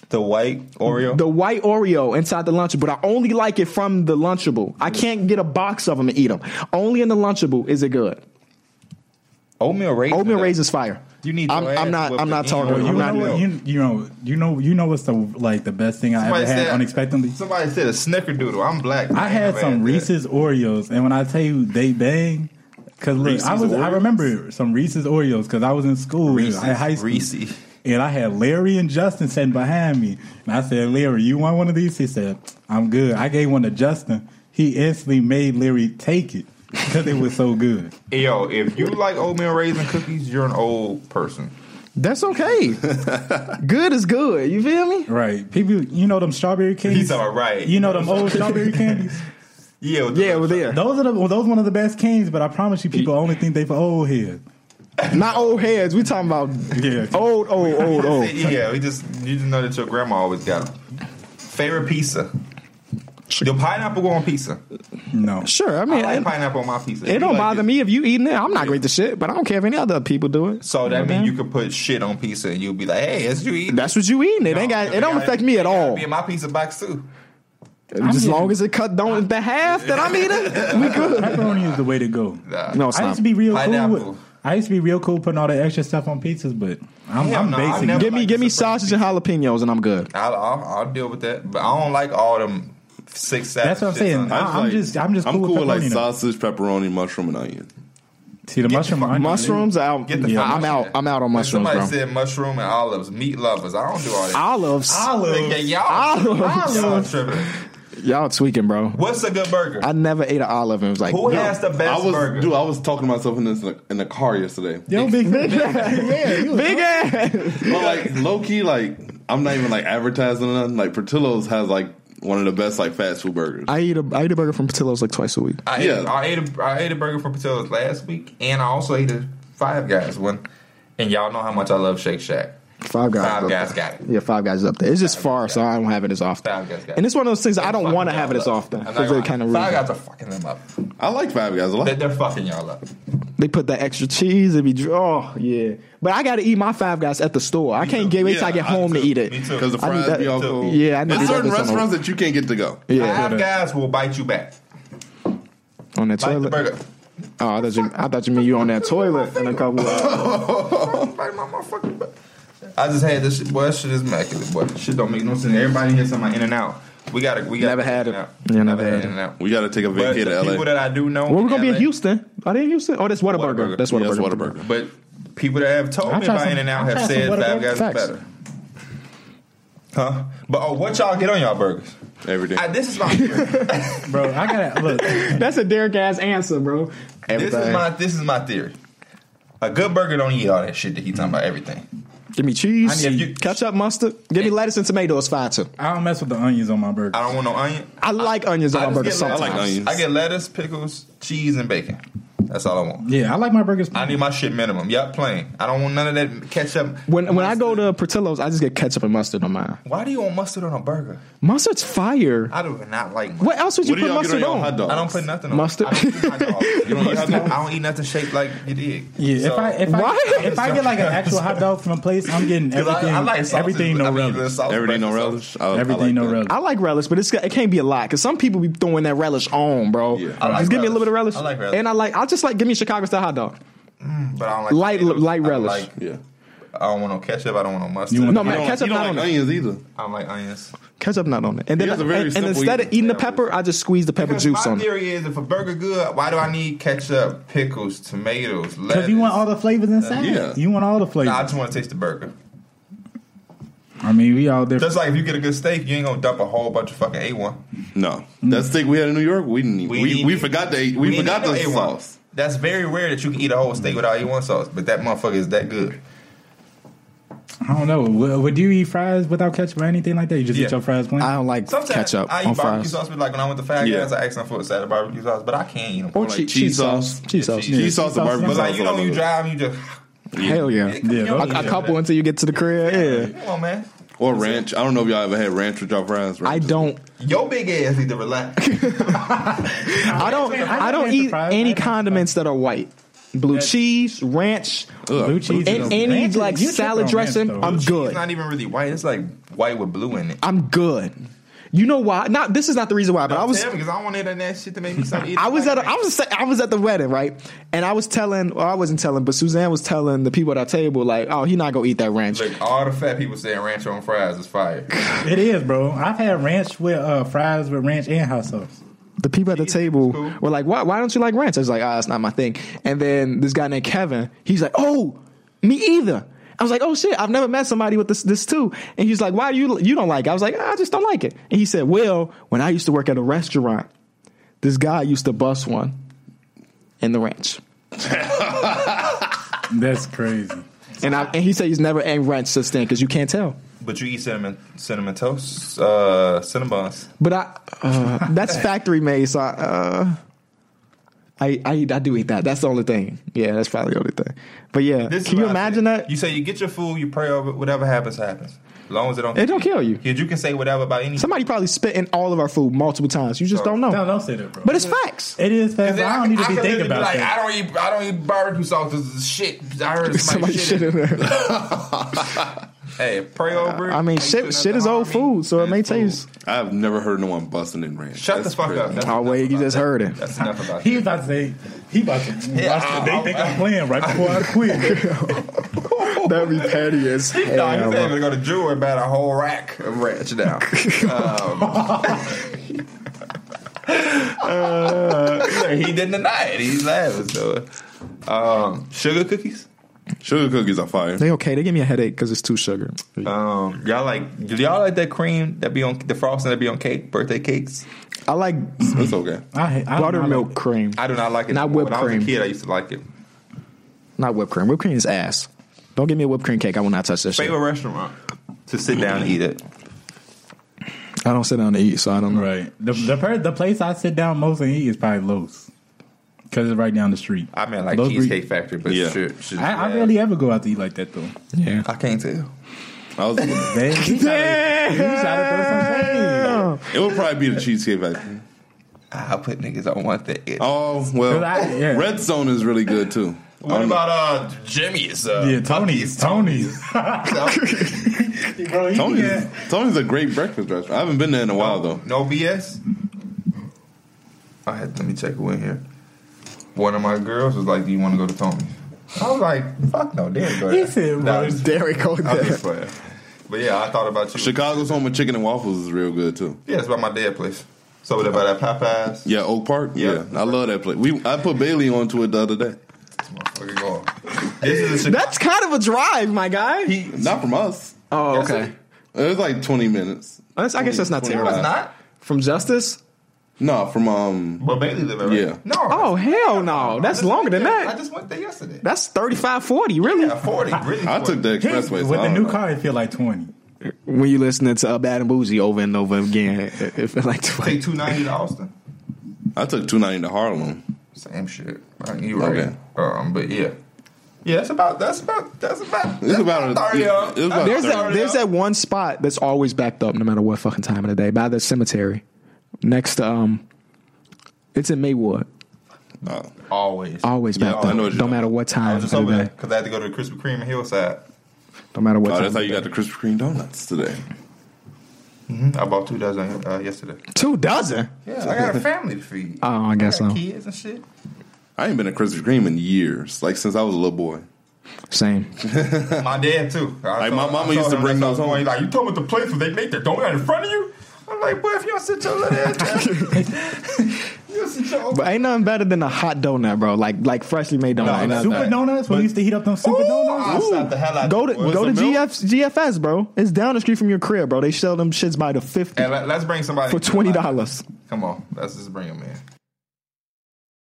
[SPEAKER 2] The white Oreo.
[SPEAKER 1] the white Oreo inside the Lunchable. But I only like it from the Lunchable. I can't get a box of them and eat them. Only in the Lunchable is it good.
[SPEAKER 2] oatmeal raisin.
[SPEAKER 1] Oatmeal
[SPEAKER 2] though.
[SPEAKER 1] raisin's fire.
[SPEAKER 2] You need.
[SPEAKER 1] I'm,
[SPEAKER 2] your ass
[SPEAKER 1] I'm not.
[SPEAKER 2] whooped
[SPEAKER 1] I'm not
[SPEAKER 2] again.
[SPEAKER 1] talking.
[SPEAKER 2] Well,
[SPEAKER 3] You
[SPEAKER 1] I'm
[SPEAKER 3] know,
[SPEAKER 1] not.
[SPEAKER 3] what, you, you know, you know, you know what's the like the best thing I ever
[SPEAKER 2] Somebody
[SPEAKER 3] had
[SPEAKER 2] said-
[SPEAKER 3] unexpectedly.
[SPEAKER 2] Somebody said a snickerdoodle. I'm black.
[SPEAKER 3] I had
[SPEAKER 2] Man,
[SPEAKER 3] some
[SPEAKER 2] man.
[SPEAKER 3] Reese's Oreos, and when I tell you they bang, because look, I
[SPEAKER 4] Reese's
[SPEAKER 3] was I
[SPEAKER 4] Oreos?
[SPEAKER 3] remember some Reese's Oreos because I was in school,
[SPEAKER 2] Reese's,
[SPEAKER 3] in high school,
[SPEAKER 2] Reese.
[SPEAKER 3] and I had Larry and Justin sitting behind me, and I said, "Larry, you want one of these?" He said, "I'm good." I gave one to Justin. He instantly made Larry take it because it was so good.
[SPEAKER 2] Yo, if you like oatmeal raisin cookies, you're an old person.
[SPEAKER 1] That's okay. good is good. You feel me?
[SPEAKER 3] Right? People, you know them strawberry candies.
[SPEAKER 2] He's all right.
[SPEAKER 3] You know them old strawberry candies.
[SPEAKER 2] Yeah, with the-
[SPEAKER 1] Yeah, well, there.
[SPEAKER 3] Those are the well, those one of the best candies, but I promise you, people only think they for old heads.
[SPEAKER 1] Not old heads. We talking about
[SPEAKER 3] Yeah.
[SPEAKER 1] old, old, old, old.
[SPEAKER 2] Yeah, we just you just know that your grandma always got 'em. Favorite pizza. The pineapple go on pizza.
[SPEAKER 3] No.
[SPEAKER 1] Sure. I
[SPEAKER 2] I
[SPEAKER 1] mean,
[SPEAKER 2] like
[SPEAKER 1] it-
[SPEAKER 2] pineapple on my pizza.
[SPEAKER 1] it,
[SPEAKER 2] You
[SPEAKER 1] don't
[SPEAKER 2] like
[SPEAKER 1] bother
[SPEAKER 2] it.
[SPEAKER 1] me if you eating it. I'm not great to shit, but I don't care if any other people do it.
[SPEAKER 2] So that means
[SPEAKER 1] man.
[SPEAKER 2] you could put shit on pizza and you'll be like, hey, as you eat.
[SPEAKER 1] That's what you eating. It ain't got. It don't affect me at all.
[SPEAKER 2] Be in my pizza box too.
[SPEAKER 1] As
[SPEAKER 3] I'm
[SPEAKER 1] long
[SPEAKER 3] getting-
[SPEAKER 1] as it cut down the half that I'm eating, we good.
[SPEAKER 3] Pepperoni is the way to go.
[SPEAKER 2] Nah.
[SPEAKER 1] No, it's
[SPEAKER 3] I used
[SPEAKER 1] not.
[SPEAKER 3] to be real cool.
[SPEAKER 2] Pineapple.
[SPEAKER 3] With, I used to be real cool putting all that extra stuff on pizzas, but I'm,
[SPEAKER 2] Hell
[SPEAKER 3] I'm
[SPEAKER 2] no, I
[SPEAKER 3] basic.
[SPEAKER 2] never-
[SPEAKER 1] Give me, give me sausage and jalapenos, and I'm good.
[SPEAKER 2] I'll, I'll, I'll deal with that, but I don't like all them six. seven
[SPEAKER 3] That's what I'm
[SPEAKER 2] shits
[SPEAKER 3] saying.
[SPEAKER 2] on it.
[SPEAKER 3] I- I'm just- I'm just cool with
[SPEAKER 4] like
[SPEAKER 3] pepperoni now.
[SPEAKER 4] sausage, pepperoni, mushroom, and onion.
[SPEAKER 3] See the
[SPEAKER 2] the
[SPEAKER 3] mushroom.
[SPEAKER 2] fuck-
[SPEAKER 3] onion,
[SPEAKER 1] Mushrooms, out.
[SPEAKER 2] Get the
[SPEAKER 1] Yeah,
[SPEAKER 2] fuck
[SPEAKER 1] I'm
[SPEAKER 2] out.
[SPEAKER 1] out. I'm out on mushrooms,
[SPEAKER 2] Somebody
[SPEAKER 1] bro.
[SPEAKER 2] said mushroom and olives, meat lovers. I don't do all that.
[SPEAKER 1] Olives,
[SPEAKER 3] Olives.
[SPEAKER 2] Nigga, y'all,
[SPEAKER 1] Olives.
[SPEAKER 2] y'all tripping.
[SPEAKER 1] y'all tweaking, bro.
[SPEAKER 2] What's a good burger?
[SPEAKER 1] I never ate an olive and was like,
[SPEAKER 2] Who
[SPEAKER 1] yo.
[SPEAKER 2] has the best
[SPEAKER 4] I was
[SPEAKER 2] burger?
[SPEAKER 4] dude. I was talking to myself in this in the car yesterday.
[SPEAKER 3] Yo, big
[SPEAKER 1] big ass.
[SPEAKER 4] But like low key, like I'm not even like advertising or nothing. Like Portillo's has like one of the best like fast food burgers.
[SPEAKER 1] I eat a I eat a burger from Patillo's like twice a week.
[SPEAKER 2] I ate,
[SPEAKER 4] Yeah.
[SPEAKER 2] I ate a, I ate a burger from Patella's last week, and I also ate a Five Guys one. And y'all know how much I love Shake Shack.
[SPEAKER 1] Five guys.
[SPEAKER 2] Five
[SPEAKER 1] up
[SPEAKER 2] Guys
[SPEAKER 1] there.
[SPEAKER 2] got it.
[SPEAKER 1] Yeah, five guys is up there. It's just far, so I don't have it as often.
[SPEAKER 2] Five Guys got it.
[SPEAKER 1] And it's one of those things I don't
[SPEAKER 2] Fucking
[SPEAKER 1] want to have it
[SPEAKER 2] y'all
[SPEAKER 1] as
[SPEAKER 2] up.
[SPEAKER 1] often
[SPEAKER 2] I'm not
[SPEAKER 1] because
[SPEAKER 2] gonna
[SPEAKER 1] it kind of
[SPEAKER 2] lie.
[SPEAKER 1] ruins.
[SPEAKER 2] Five Guys are fucking them up.
[SPEAKER 4] I like Five Guys a lot.
[SPEAKER 2] They- They're fucking y'all up.
[SPEAKER 1] They put that extra cheese. It be oh yeah, but I got to eat my five guys at the store. I can't get wait till I
[SPEAKER 4] Yeah,
[SPEAKER 1] get
[SPEAKER 4] I
[SPEAKER 1] home
[SPEAKER 4] do
[SPEAKER 1] to
[SPEAKER 4] too.
[SPEAKER 1] eat
[SPEAKER 2] Me
[SPEAKER 1] it.
[SPEAKER 2] too.
[SPEAKER 4] because the
[SPEAKER 1] I need
[SPEAKER 4] fries
[SPEAKER 1] that-
[SPEAKER 4] be all cold.
[SPEAKER 1] Yeah, I need
[SPEAKER 4] There's
[SPEAKER 1] that
[SPEAKER 4] certain
[SPEAKER 1] to some-
[SPEAKER 4] restaurants that you can't get to go.
[SPEAKER 1] Yeah,
[SPEAKER 2] Five Guys will bite you back.
[SPEAKER 1] on that
[SPEAKER 2] Bite the
[SPEAKER 1] toilet. Oh,
[SPEAKER 2] burger.
[SPEAKER 1] I thought you I thought you mean you on that toilet in a couple. Of,
[SPEAKER 2] Bite my motherfucking butt. I just had this shit. Boy, that shit is immaculate. Boy, This shit don't make no sense. Everybody here talking about in and out. We got to We got
[SPEAKER 1] Never had it.
[SPEAKER 2] Out.
[SPEAKER 1] Yeah, never had it.
[SPEAKER 2] in and out.
[SPEAKER 4] We got to take a
[SPEAKER 2] But
[SPEAKER 4] vacation
[SPEAKER 2] the
[SPEAKER 4] to
[SPEAKER 2] people
[SPEAKER 4] LA.
[SPEAKER 2] that I do know.
[SPEAKER 1] Well, we're gonna be in
[SPEAKER 2] LA
[SPEAKER 1] Houston. Are they in Houston? Oh, that's Whataburger.
[SPEAKER 2] Whataburger.
[SPEAKER 1] That's
[SPEAKER 4] Yeah,
[SPEAKER 1] Whataburger.
[SPEAKER 4] that's Whataburger.
[SPEAKER 2] But people that have told
[SPEAKER 1] I
[SPEAKER 2] me
[SPEAKER 1] tried
[SPEAKER 2] about
[SPEAKER 1] some-
[SPEAKER 2] In and Out
[SPEAKER 1] I
[SPEAKER 2] have
[SPEAKER 1] tried some
[SPEAKER 2] said Five
[SPEAKER 1] Whataburger
[SPEAKER 2] Guys
[SPEAKER 1] facts.
[SPEAKER 2] is better. Huh? But oh, what y'all get on y'all burgers?
[SPEAKER 4] Every day.
[SPEAKER 2] I, this is my theory.
[SPEAKER 3] bro. I gotta look.
[SPEAKER 1] That's a Derek ass answer, bro.
[SPEAKER 2] this is my this is my theory. A good burger don't eat all that shit that he talking about everything.
[SPEAKER 1] Give me cheese,
[SPEAKER 3] I need-
[SPEAKER 1] you- ketchup, mustard. Give me lettuce and tomatoes, five too.
[SPEAKER 3] I don't mess with the onions on my burger.
[SPEAKER 2] I don't want no onion.
[SPEAKER 1] I like onions on
[SPEAKER 2] I
[SPEAKER 1] my
[SPEAKER 2] just
[SPEAKER 1] burger
[SPEAKER 2] get lettuce.
[SPEAKER 1] sometimes.
[SPEAKER 4] I like onions.
[SPEAKER 2] I get lettuce, pickles, cheese, and bacon. That's all I want.
[SPEAKER 3] Yeah, I like my burgers.
[SPEAKER 2] I need my shit minimum. Yep, plain. I don't want none of that ketchup.
[SPEAKER 1] When when I go to Portillo's, I just get ketchup and mustard on mine.
[SPEAKER 2] Why do you want mustard on a burger?
[SPEAKER 1] Mustard's fire.
[SPEAKER 2] I do not like mustard.
[SPEAKER 1] What else would you
[SPEAKER 4] What do
[SPEAKER 1] put
[SPEAKER 4] y'all get on
[SPEAKER 1] mustard
[SPEAKER 4] your
[SPEAKER 1] on?
[SPEAKER 4] hot dog?
[SPEAKER 2] I don't put nothing on
[SPEAKER 1] Mustard?
[SPEAKER 2] I don't eat hot dogs. You don't eat hot
[SPEAKER 4] Mustard?
[SPEAKER 2] dogs? I don't eat nothing shaped like you did.
[SPEAKER 3] yeah, if
[SPEAKER 2] So-
[SPEAKER 3] I if
[SPEAKER 1] Why?
[SPEAKER 3] I if I get like an actual hot dog from a place, I'm getting
[SPEAKER 2] 'Cause
[SPEAKER 3] everything.
[SPEAKER 2] I, I like sauces,
[SPEAKER 3] everything
[SPEAKER 2] but I
[SPEAKER 3] no
[SPEAKER 2] mean,
[SPEAKER 3] relish.
[SPEAKER 2] the sauce
[SPEAKER 4] Everything no
[SPEAKER 2] breakfast
[SPEAKER 4] relish. I- I
[SPEAKER 3] Everything
[SPEAKER 4] like
[SPEAKER 3] no
[SPEAKER 4] that.
[SPEAKER 3] relish.
[SPEAKER 1] I like relish, but it's, it can't be a lot because some people be throwing that relish on, bro.
[SPEAKER 4] Yeah.
[SPEAKER 2] I like
[SPEAKER 1] just give me a little bit of
[SPEAKER 2] relish.
[SPEAKER 1] relish.
[SPEAKER 2] I like relish.
[SPEAKER 1] And I like, I just like, give me a Chicago style hot dog.
[SPEAKER 2] sauce, But I don't like
[SPEAKER 1] Light-
[SPEAKER 2] potatoes.
[SPEAKER 1] light
[SPEAKER 2] I don't
[SPEAKER 1] relish.
[SPEAKER 2] like-
[SPEAKER 4] Yeah.
[SPEAKER 2] I don't want no ketchup. I don't want no mustard.
[SPEAKER 3] You want
[SPEAKER 1] No,
[SPEAKER 4] You
[SPEAKER 1] man,
[SPEAKER 4] don't,
[SPEAKER 1] ketchup
[SPEAKER 4] you
[SPEAKER 1] not
[SPEAKER 4] don't like
[SPEAKER 1] on it.
[SPEAKER 4] onions either.
[SPEAKER 2] I don't like onions.
[SPEAKER 1] Ketchup not on it. And then,
[SPEAKER 4] Yeah, it's a very
[SPEAKER 1] and, and
[SPEAKER 4] simple
[SPEAKER 1] instead of
[SPEAKER 4] eating.
[SPEAKER 1] eating the
[SPEAKER 2] Yeah,
[SPEAKER 1] pepper, I just squeeze the pepper
[SPEAKER 2] Because
[SPEAKER 1] juice
[SPEAKER 2] my
[SPEAKER 1] on it.
[SPEAKER 2] theory is if a burger good, why do I need ketchup, pickles, tomatoes, lettuce?
[SPEAKER 3] Because you want all the flavors inside.
[SPEAKER 4] Yeah.
[SPEAKER 3] You want all the flavors.
[SPEAKER 2] Nah, I just want to taste the burger.
[SPEAKER 3] I mean, we all different.
[SPEAKER 2] Just like if you get a good steak, you ain't gonna dump a whole bunch of fucking A1.
[SPEAKER 4] No,
[SPEAKER 1] Mm.
[SPEAKER 4] that steak we had in New York, we didn't. Eat.
[SPEAKER 2] We
[SPEAKER 4] We, we,
[SPEAKER 2] didn't eat.
[SPEAKER 4] forgot to. Eat, we,
[SPEAKER 2] ain't
[SPEAKER 4] forgot
[SPEAKER 2] got
[SPEAKER 4] the
[SPEAKER 2] no A1.
[SPEAKER 4] sauce.
[SPEAKER 2] That's very rare that you can eat a whole steak without A1 sauce, but that motherfucker is that good.
[SPEAKER 3] I don't know. Would, would you eat fries without ketchup or anything like that? You just
[SPEAKER 2] Yeah.
[SPEAKER 3] eat your fries plain.
[SPEAKER 1] I don't like
[SPEAKER 2] Sometimes
[SPEAKER 1] ketchup
[SPEAKER 2] I eat
[SPEAKER 1] on fries.
[SPEAKER 2] barbecue sauce, but like when I went to Five
[SPEAKER 4] Yeah.
[SPEAKER 2] Guys, I asked them for a salad barbecue sauce, but I can't eat them.
[SPEAKER 1] Or
[SPEAKER 4] Or like
[SPEAKER 1] che- cheese
[SPEAKER 4] cheese
[SPEAKER 1] sauce.
[SPEAKER 4] sauce.
[SPEAKER 1] Cheese sauce.
[SPEAKER 4] Cheese sauce and
[SPEAKER 3] But
[SPEAKER 4] barbecue
[SPEAKER 2] But
[SPEAKER 4] sauce.
[SPEAKER 2] like you
[SPEAKER 4] all
[SPEAKER 2] know, when
[SPEAKER 4] over
[SPEAKER 2] you
[SPEAKER 4] it.
[SPEAKER 2] drive, you just
[SPEAKER 1] Hell yeah.
[SPEAKER 3] Yeah,
[SPEAKER 2] You don't
[SPEAKER 3] those
[SPEAKER 1] A,
[SPEAKER 2] need
[SPEAKER 1] a
[SPEAKER 2] that.
[SPEAKER 1] couple until you get to the crib. Yeah.
[SPEAKER 2] Come on, man.
[SPEAKER 4] or ranch. I don't know if y'all ever had ranch with y'all fries.
[SPEAKER 1] I
[SPEAKER 4] Ranch is-
[SPEAKER 1] don't.
[SPEAKER 2] Your big ass need to relax.
[SPEAKER 1] I don't. I don't eat any condiments that are white. Blue cheese, ranch,
[SPEAKER 4] Ugh.
[SPEAKER 3] Blue cheese
[SPEAKER 1] and
[SPEAKER 3] is
[SPEAKER 1] any
[SPEAKER 3] ranch is-
[SPEAKER 1] like
[SPEAKER 3] you tripping on
[SPEAKER 1] salad
[SPEAKER 3] ranch,
[SPEAKER 1] dressing.
[SPEAKER 3] though.
[SPEAKER 1] I'm
[SPEAKER 2] It's
[SPEAKER 1] good.
[SPEAKER 2] not even really white. It's like white with blue in it.
[SPEAKER 1] I'm good. You know why? Not this is not the reason why, but I
[SPEAKER 2] I
[SPEAKER 1] was
[SPEAKER 2] because I don't want any of that shit to make me stop eating.
[SPEAKER 1] I was
[SPEAKER 2] like
[SPEAKER 1] at a, I
[SPEAKER 2] that.
[SPEAKER 1] was sa- I was at the wedding right, and I was telling well I wasn't telling, but Suzanne was telling the people at our table like, oh, he not gonna eat that ranch.
[SPEAKER 2] Look, all the fat people saying ranch on fries is fire.
[SPEAKER 3] It is, bro. I've had ranch with uh, fries with ranch and hot sauce.
[SPEAKER 1] The people at the table
[SPEAKER 2] cool.
[SPEAKER 1] were like, why why don't you like ranch? I was like, ah, it's not my thing. And then this guy named Kevin, he's like, oh, me either. I was like, oh shit, I've never met somebody with this this too. And he's like, why do you you don't like? it? I was like, I just don't like it. And he said, well, when I used to work at a restaurant, this guy used to bust one in the ranch.
[SPEAKER 3] That's crazy.
[SPEAKER 1] And I, and he said he's never ate ranch since then because you can't tell.
[SPEAKER 2] But you eat cinnamon cinnamon toast, uh, cinnabons.
[SPEAKER 1] But I uh, that's factory made, so I, uh, I I I do eat that. That's the only thing. Yeah, that's probably the only thing. But yeah,
[SPEAKER 2] This is
[SPEAKER 1] can you
[SPEAKER 2] what I
[SPEAKER 1] imagine
[SPEAKER 2] think.
[SPEAKER 1] that?
[SPEAKER 2] You say you get your food, you pray over it, whatever happens, happens. As long as it don't
[SPEAKER 1] It don't kill you.
[SPEAKER 2] Kid, you can say whatever about anything.
[SPEAKER 1] Somebody probably spit in all of our food multiple times. You just don't know.
[SPEAKER 3] No, don't say that, bro.
[SPEAKER 1] But it's facts.
[SPEAKER 3] it is fast.
[SPEAKER 2] Then
[SPEAKER 3] I don't need to
[SPEAKER 2] I
[SPEAKER 3] be
[SPEAKER 2] can literally
[SPEAKER 3] thinking
[SPEAKER 2] be
[SPEAKER 3] about
[SPEAKER 2] like,
[SPEAKER 3] that.
[SPEAKER 2] I don't eat. I don't eat barbecue sauce. This is shit. I heard somebody,
[SPEAKER 1] Somebody shit in there.
[SPEAKER 2] Hey, pray over. it.
[SPEAKER 1] I mean,
[SPEAKER 2] Ain't
[SPEAKER 1] shit,
[SPEAKER 2] doing
[SPEAKER 1] shit is
[SPEAKER 2] nothing
[SPEAKER 1] old
[SPEAKER 2] harming.
[SPEAKER 1] food, so it
[SPEAKER 2] It's
[SPEAKER 1] may
[SPEAKER 2] food.
[SPEAKER 1] taste.
[SPEAKER 4] I've never heard no one busting in ranch.
[SPEAKER 2] Shut
[SPEAKER 4] That's
[SPEAKER 2] the fuck
[SPEAKER 4] crazy.
[SPEAKER 2] up. That's
[SPEAKER 1] Oh
[SPEAKER 2] enough
[SPEAKER 1] wait, you
[SPEAKER 2] about
[SPEAKER 1] just
[SPEAKER 2] that.
[SPEAKER 1] heard it.
[SPEAKER 2] That's enough about
[SPEAKER 3] He
[SPEAKER 2] that.
[SPEAKER 3] about to say he about to.
[SPEAKER 2] Yeah,
[SPEAKER 3] they
[SPEAKER 2] I-
[SPEAKER 3] think
[SPEAKER 2] I-
[SPEAKER 3] I'm playing right before I quit.
[SPEAKER 1] That'd be petty as
[SPEAKER 2] No,
[SPEAKER 1] hell.
[SPEAKER 2] he's
[SPEAKER 1] bro.
[SPEAKER 2] able to go to Drew and buy a whole rack of ranch now. um, uh, he didn't deny it. He's laughing. So, um, sugar cookies.
[SPEAKER 4] Sugar cookies are fire.
[SPEAKER 1] They okay? They give me a headache because it's too sugar.
[SPEAKER 2] Um, y'all like? Do y'all like that cream that be on the frosting that be on cake, birthday cakes?
[SPEAKER 1] I like
[SPEAKER 4] That's okay.
[SPEAKER 3] I, I,
[SPEAKER 1] buttermilk cream,
[SPEAKER 2] I do not like it.
[SPEAKER 1] Not whipped
[SPEAKER 2] when I was
[SPEAKER 1] cream.
[SPEAKER 2] a kid, I used to like it.
[SPEAKER 1] not whipped cream. Whipped cream is ass. Don't give me a whipped cream cake. I will not touch that shit.
[SPEAKER 2] Favorite restaurant to sit down and eat it.
[SPEAKER 1] I don't sit down to eat, so I don't know.
[SPEAKER 3] Right. The the, per, the place I sit down most and eat is probably Lowe's because it's right down the street.
[SPEAKER 2] I mean, like
[SPEAKER 3] Those re-
[SPEAKER 2] Cheesecake Factory, but
[SPEAKER 4] Yeah.
[SPEAKER 2] shit, shit,
[SPEAKER 3] I, I
[SPEAKER 2] yeah.
[SPEAKER 3] rarely ever go out to eat like that though.
[SPEAKER 1] Yeah.
[SPEAKER 2] I can't tell.
[SPEAKER 4] I was, it
[SPEAKER 3] Man, you gotta- you gotta throw some shade.
[SPEAKER 4] would probably be the cheesecake factory.
[SPEAKER 2] I put niggas on one thing.
[SPEAKER 4] Oh
[SPEAKER 3] Cause
[SPEAKER 4] well,
[SPEAKER 3] I- yeah.
[SPEAKER 4] Red Zone is really good too. I
[SPEAKER 2] What
[SPEAKER 4] don't know.
[SPEAKER 2] about uh Jimmy's? Uh,
[SPEAKER 3] Yeah, Tony's, Tony's, bro. he
[SPEAKER 4] Tony's?
[SPEAKER 3] get-
[SPEAKER 4] Tony's a great breakfast restaurant. I haven't been there in a while though.
[SPEAKER 2] No BS. I had let me check who in here. One of my girls was like, "Do you want to go to Tony's?" I was like, fuck no, Derek go there.
[SPEAKER 3] He said,
[SPEAKER 2] Nah,
[SPEAKER 3] bro,
[SPEAKER 2] I'm just-
[SPEAKER 1] Derek
[SPEAKER 2] I'm
[SPEAKER 1] O'Day.
[SPEAKER 2] just playing. But yeah, I thought about you.
[SPEAKER 4] Chicago's home with chicken and waffles is real good too.
[SPEAKER 2] Yeah, it's by my dad place. So over there by that Popeyes.
[SPEAKER 4] Yeah, Oak Park.
[SPEAKER 2] Yeah.
[SPEAKER 4] Yeah, I love that place. We I put Bailey onto it the other day.
[SPEAKER 2] This motherfucker going. This is a Chicago.
[SPEAKER 1] That's kind of a drive, my guy.
[SPEAKER 2] He,
[SPEAKER 4] Not from us.
[SPEAKER 1] oh,
[SPEAKER 2] that's
[SPEAKER 1] okay.
[SPEAKER 2] it.
[SPEAKER 4] It was like twenty minutes.
[SPEAKER 1] That's, I guess that's not
[SPEAKER 2] No,
[SPEAKER 1] terrible.
[SPEAKER 2] it's not.
[SPEAKER 1] From Justice?
[SPEAKER 4] No, from um.
[SPEAKER 2] But Bailey live there, right?
[SPEAKER 4] Yeah.
[SPEAKER 2] No.
[SPEAKER 1] Oh,
[SPEAKER 2] that's-
[SPEAKER 1] hell no.
[SPEAKER 2] I
[SPEAKER 1] That's
[SPEAKER 2] just
[SPEAKER 1] longer than
[SPEAKER 2] went there. I
[SPEAKER 1] that.
[SPEAKER 2] just went there yesterday.
[SPEAKER 1] That's 35, 40, really?
[SPEAKER 2] yeah, 40. Really
[SPEAKER 4] I
[SPEAKER 2] 40.
[SPEAKER 4] took the expressway. so
[SPEAKER 3] with
[SPEAKER 4] I
[SPEAKER 3] the
[SPEAKER 4] don't
[SPEAKER 3] new
[SPEAKER 4] know.
[SPEAKER 3] car, it feel like twenty.
[SPEAKER 1] When you listening to uh, Bad and Boozy over and over again, it, it felt like
[SPEAKER 2] Take
[SPEAKER 1] 20.
[SPEAKER 2] 290 to Austin.
[SPEAKER 4] I took two ninety to Harlem.
[SPEAKER 2] Same shit. Like, you right.
[SPEAKER 4] Okay.
[SPEAKER 2] Um, but yeah. Yeah, that's about, that's about, that's about,
[SPEAKER 4] It's
[SPEAKER 2] that's
[SPEAKER 4] about a-
[SPEAKER 2] thirty of them.
[SPEAKER 4] it's about
[SPEAKER 1] There's
[SPEAKER 2] That's
[SPEAKER 1] that,
[SPEAKER 2] 30
[SPEAKER 1] there's
[SPEAKER 2] of
[SPEAKER 1] that one spot that's always backed up no matter what fucking time of the day by the cemetery. Next to, um, it's in Maywood.
[SPEAKER 4] No.
[SPEAKER 2] them. Always.
[SPEAKER 1] Always
[SPEAKER 4] Yeah,
[SPEAKER 1] backed
[SPEAKER 4] I
[SPEAKER 1] up.
[SPEAKER 4] know what
[SPEAKER 1] Don't
[SPEAKER 4] you're talking
[SPEAKER 1] matter
[SPEAKER 4] about.
[SPEAKER 1] what
[SPEAKER 2] I
[SPEAKER 1] time
[SPEAKER 2] was
[SPEAKER 1] of
[SPEAKER 2] just
[SPEAKER 1] the
[SPEAKER 2] over there
[SPEAKER 1] day.
[SPEAKER 2] because I had to go to the Krispy Kreme in Hillside.
[SPEAKER 1] Don't matter what
[SPEAKER 4] Oh,
[SPEAKER 1] time.
[SPEAKER 4] that's how
[SPEAKER 1] of
[SPEAKER 4] you
[SPEAKER 1] the
[SPEAKER 4] got the Krispy Kreme donuts today. Mm-hmm.
[SPEAKER 2] I bought two dozen uh, yesterday.
[SPEAKER 1] day. Two dozen?
[SPEAKER 2] Yeah, I got a family to feed.
[SPEAKER 1] Oh, I guess
[SPEAKER 2] got
[SPEAKER 1] so.
[SPEAKER 2] Kids and shit.
[SPEAKER 4] I ain't been to Krispy Kreme in years, like since I was a little boy.
[SPEAKER 1] Same.
[SPEAKER 2] My dad too. I
[SPEAKER 4] Like,
[SPEAKER 2] told-
[SPEAKER 4] my
[SPEAKER 2] I
[SPEAKER 4] mama
[SPEAKER 2] told
[SPEAKER 4] used to
[SPEAKER 2] him
[SPEAKER 4] bring
[SPEAKER 2] that's
[SPEAKER 4] those
[SPEAKER 2] how-
[SPEAKER 4] home.
[SPEAKER 2] He's like, you told me the place where they make their donut in front of you. I'm like, boy, if you don't sit your little ass down, you'll sit your.
[SPEAKER 1] But ain't nothing better than a hot donut, bro. Like like freshly made donut.
[SPEAKER 2] No,
[SPEAKER 1] Ain't
[SPEAKER 2] that's
[SPEAKER 1] nothing
[SPEAKER 3] Super
[SPEAKER 1] better.
[SPEAKER 2] not-
[SPEAKER 3] donuts. When we used to heat up them super
[SPEAKER 2] I
[SPEAKER 3] donuts.
[SPEAKER 2] slapped the hell out.
[SPEAKER 1] Go to
[SPEAKER 2] of you, boy.
[SPEAKER 1] go to
[SPEAKER 4] the milk?
[SPEAKER 1] GF, GFS, bro. It's down the street from your crib, bro. They sell them shits by the fifty
[SPEAKER 2] And let, us bring somebody
[SPEAKER 1] for twenty dollars.
[SPEAKER 2] Come on, let's just bring him in.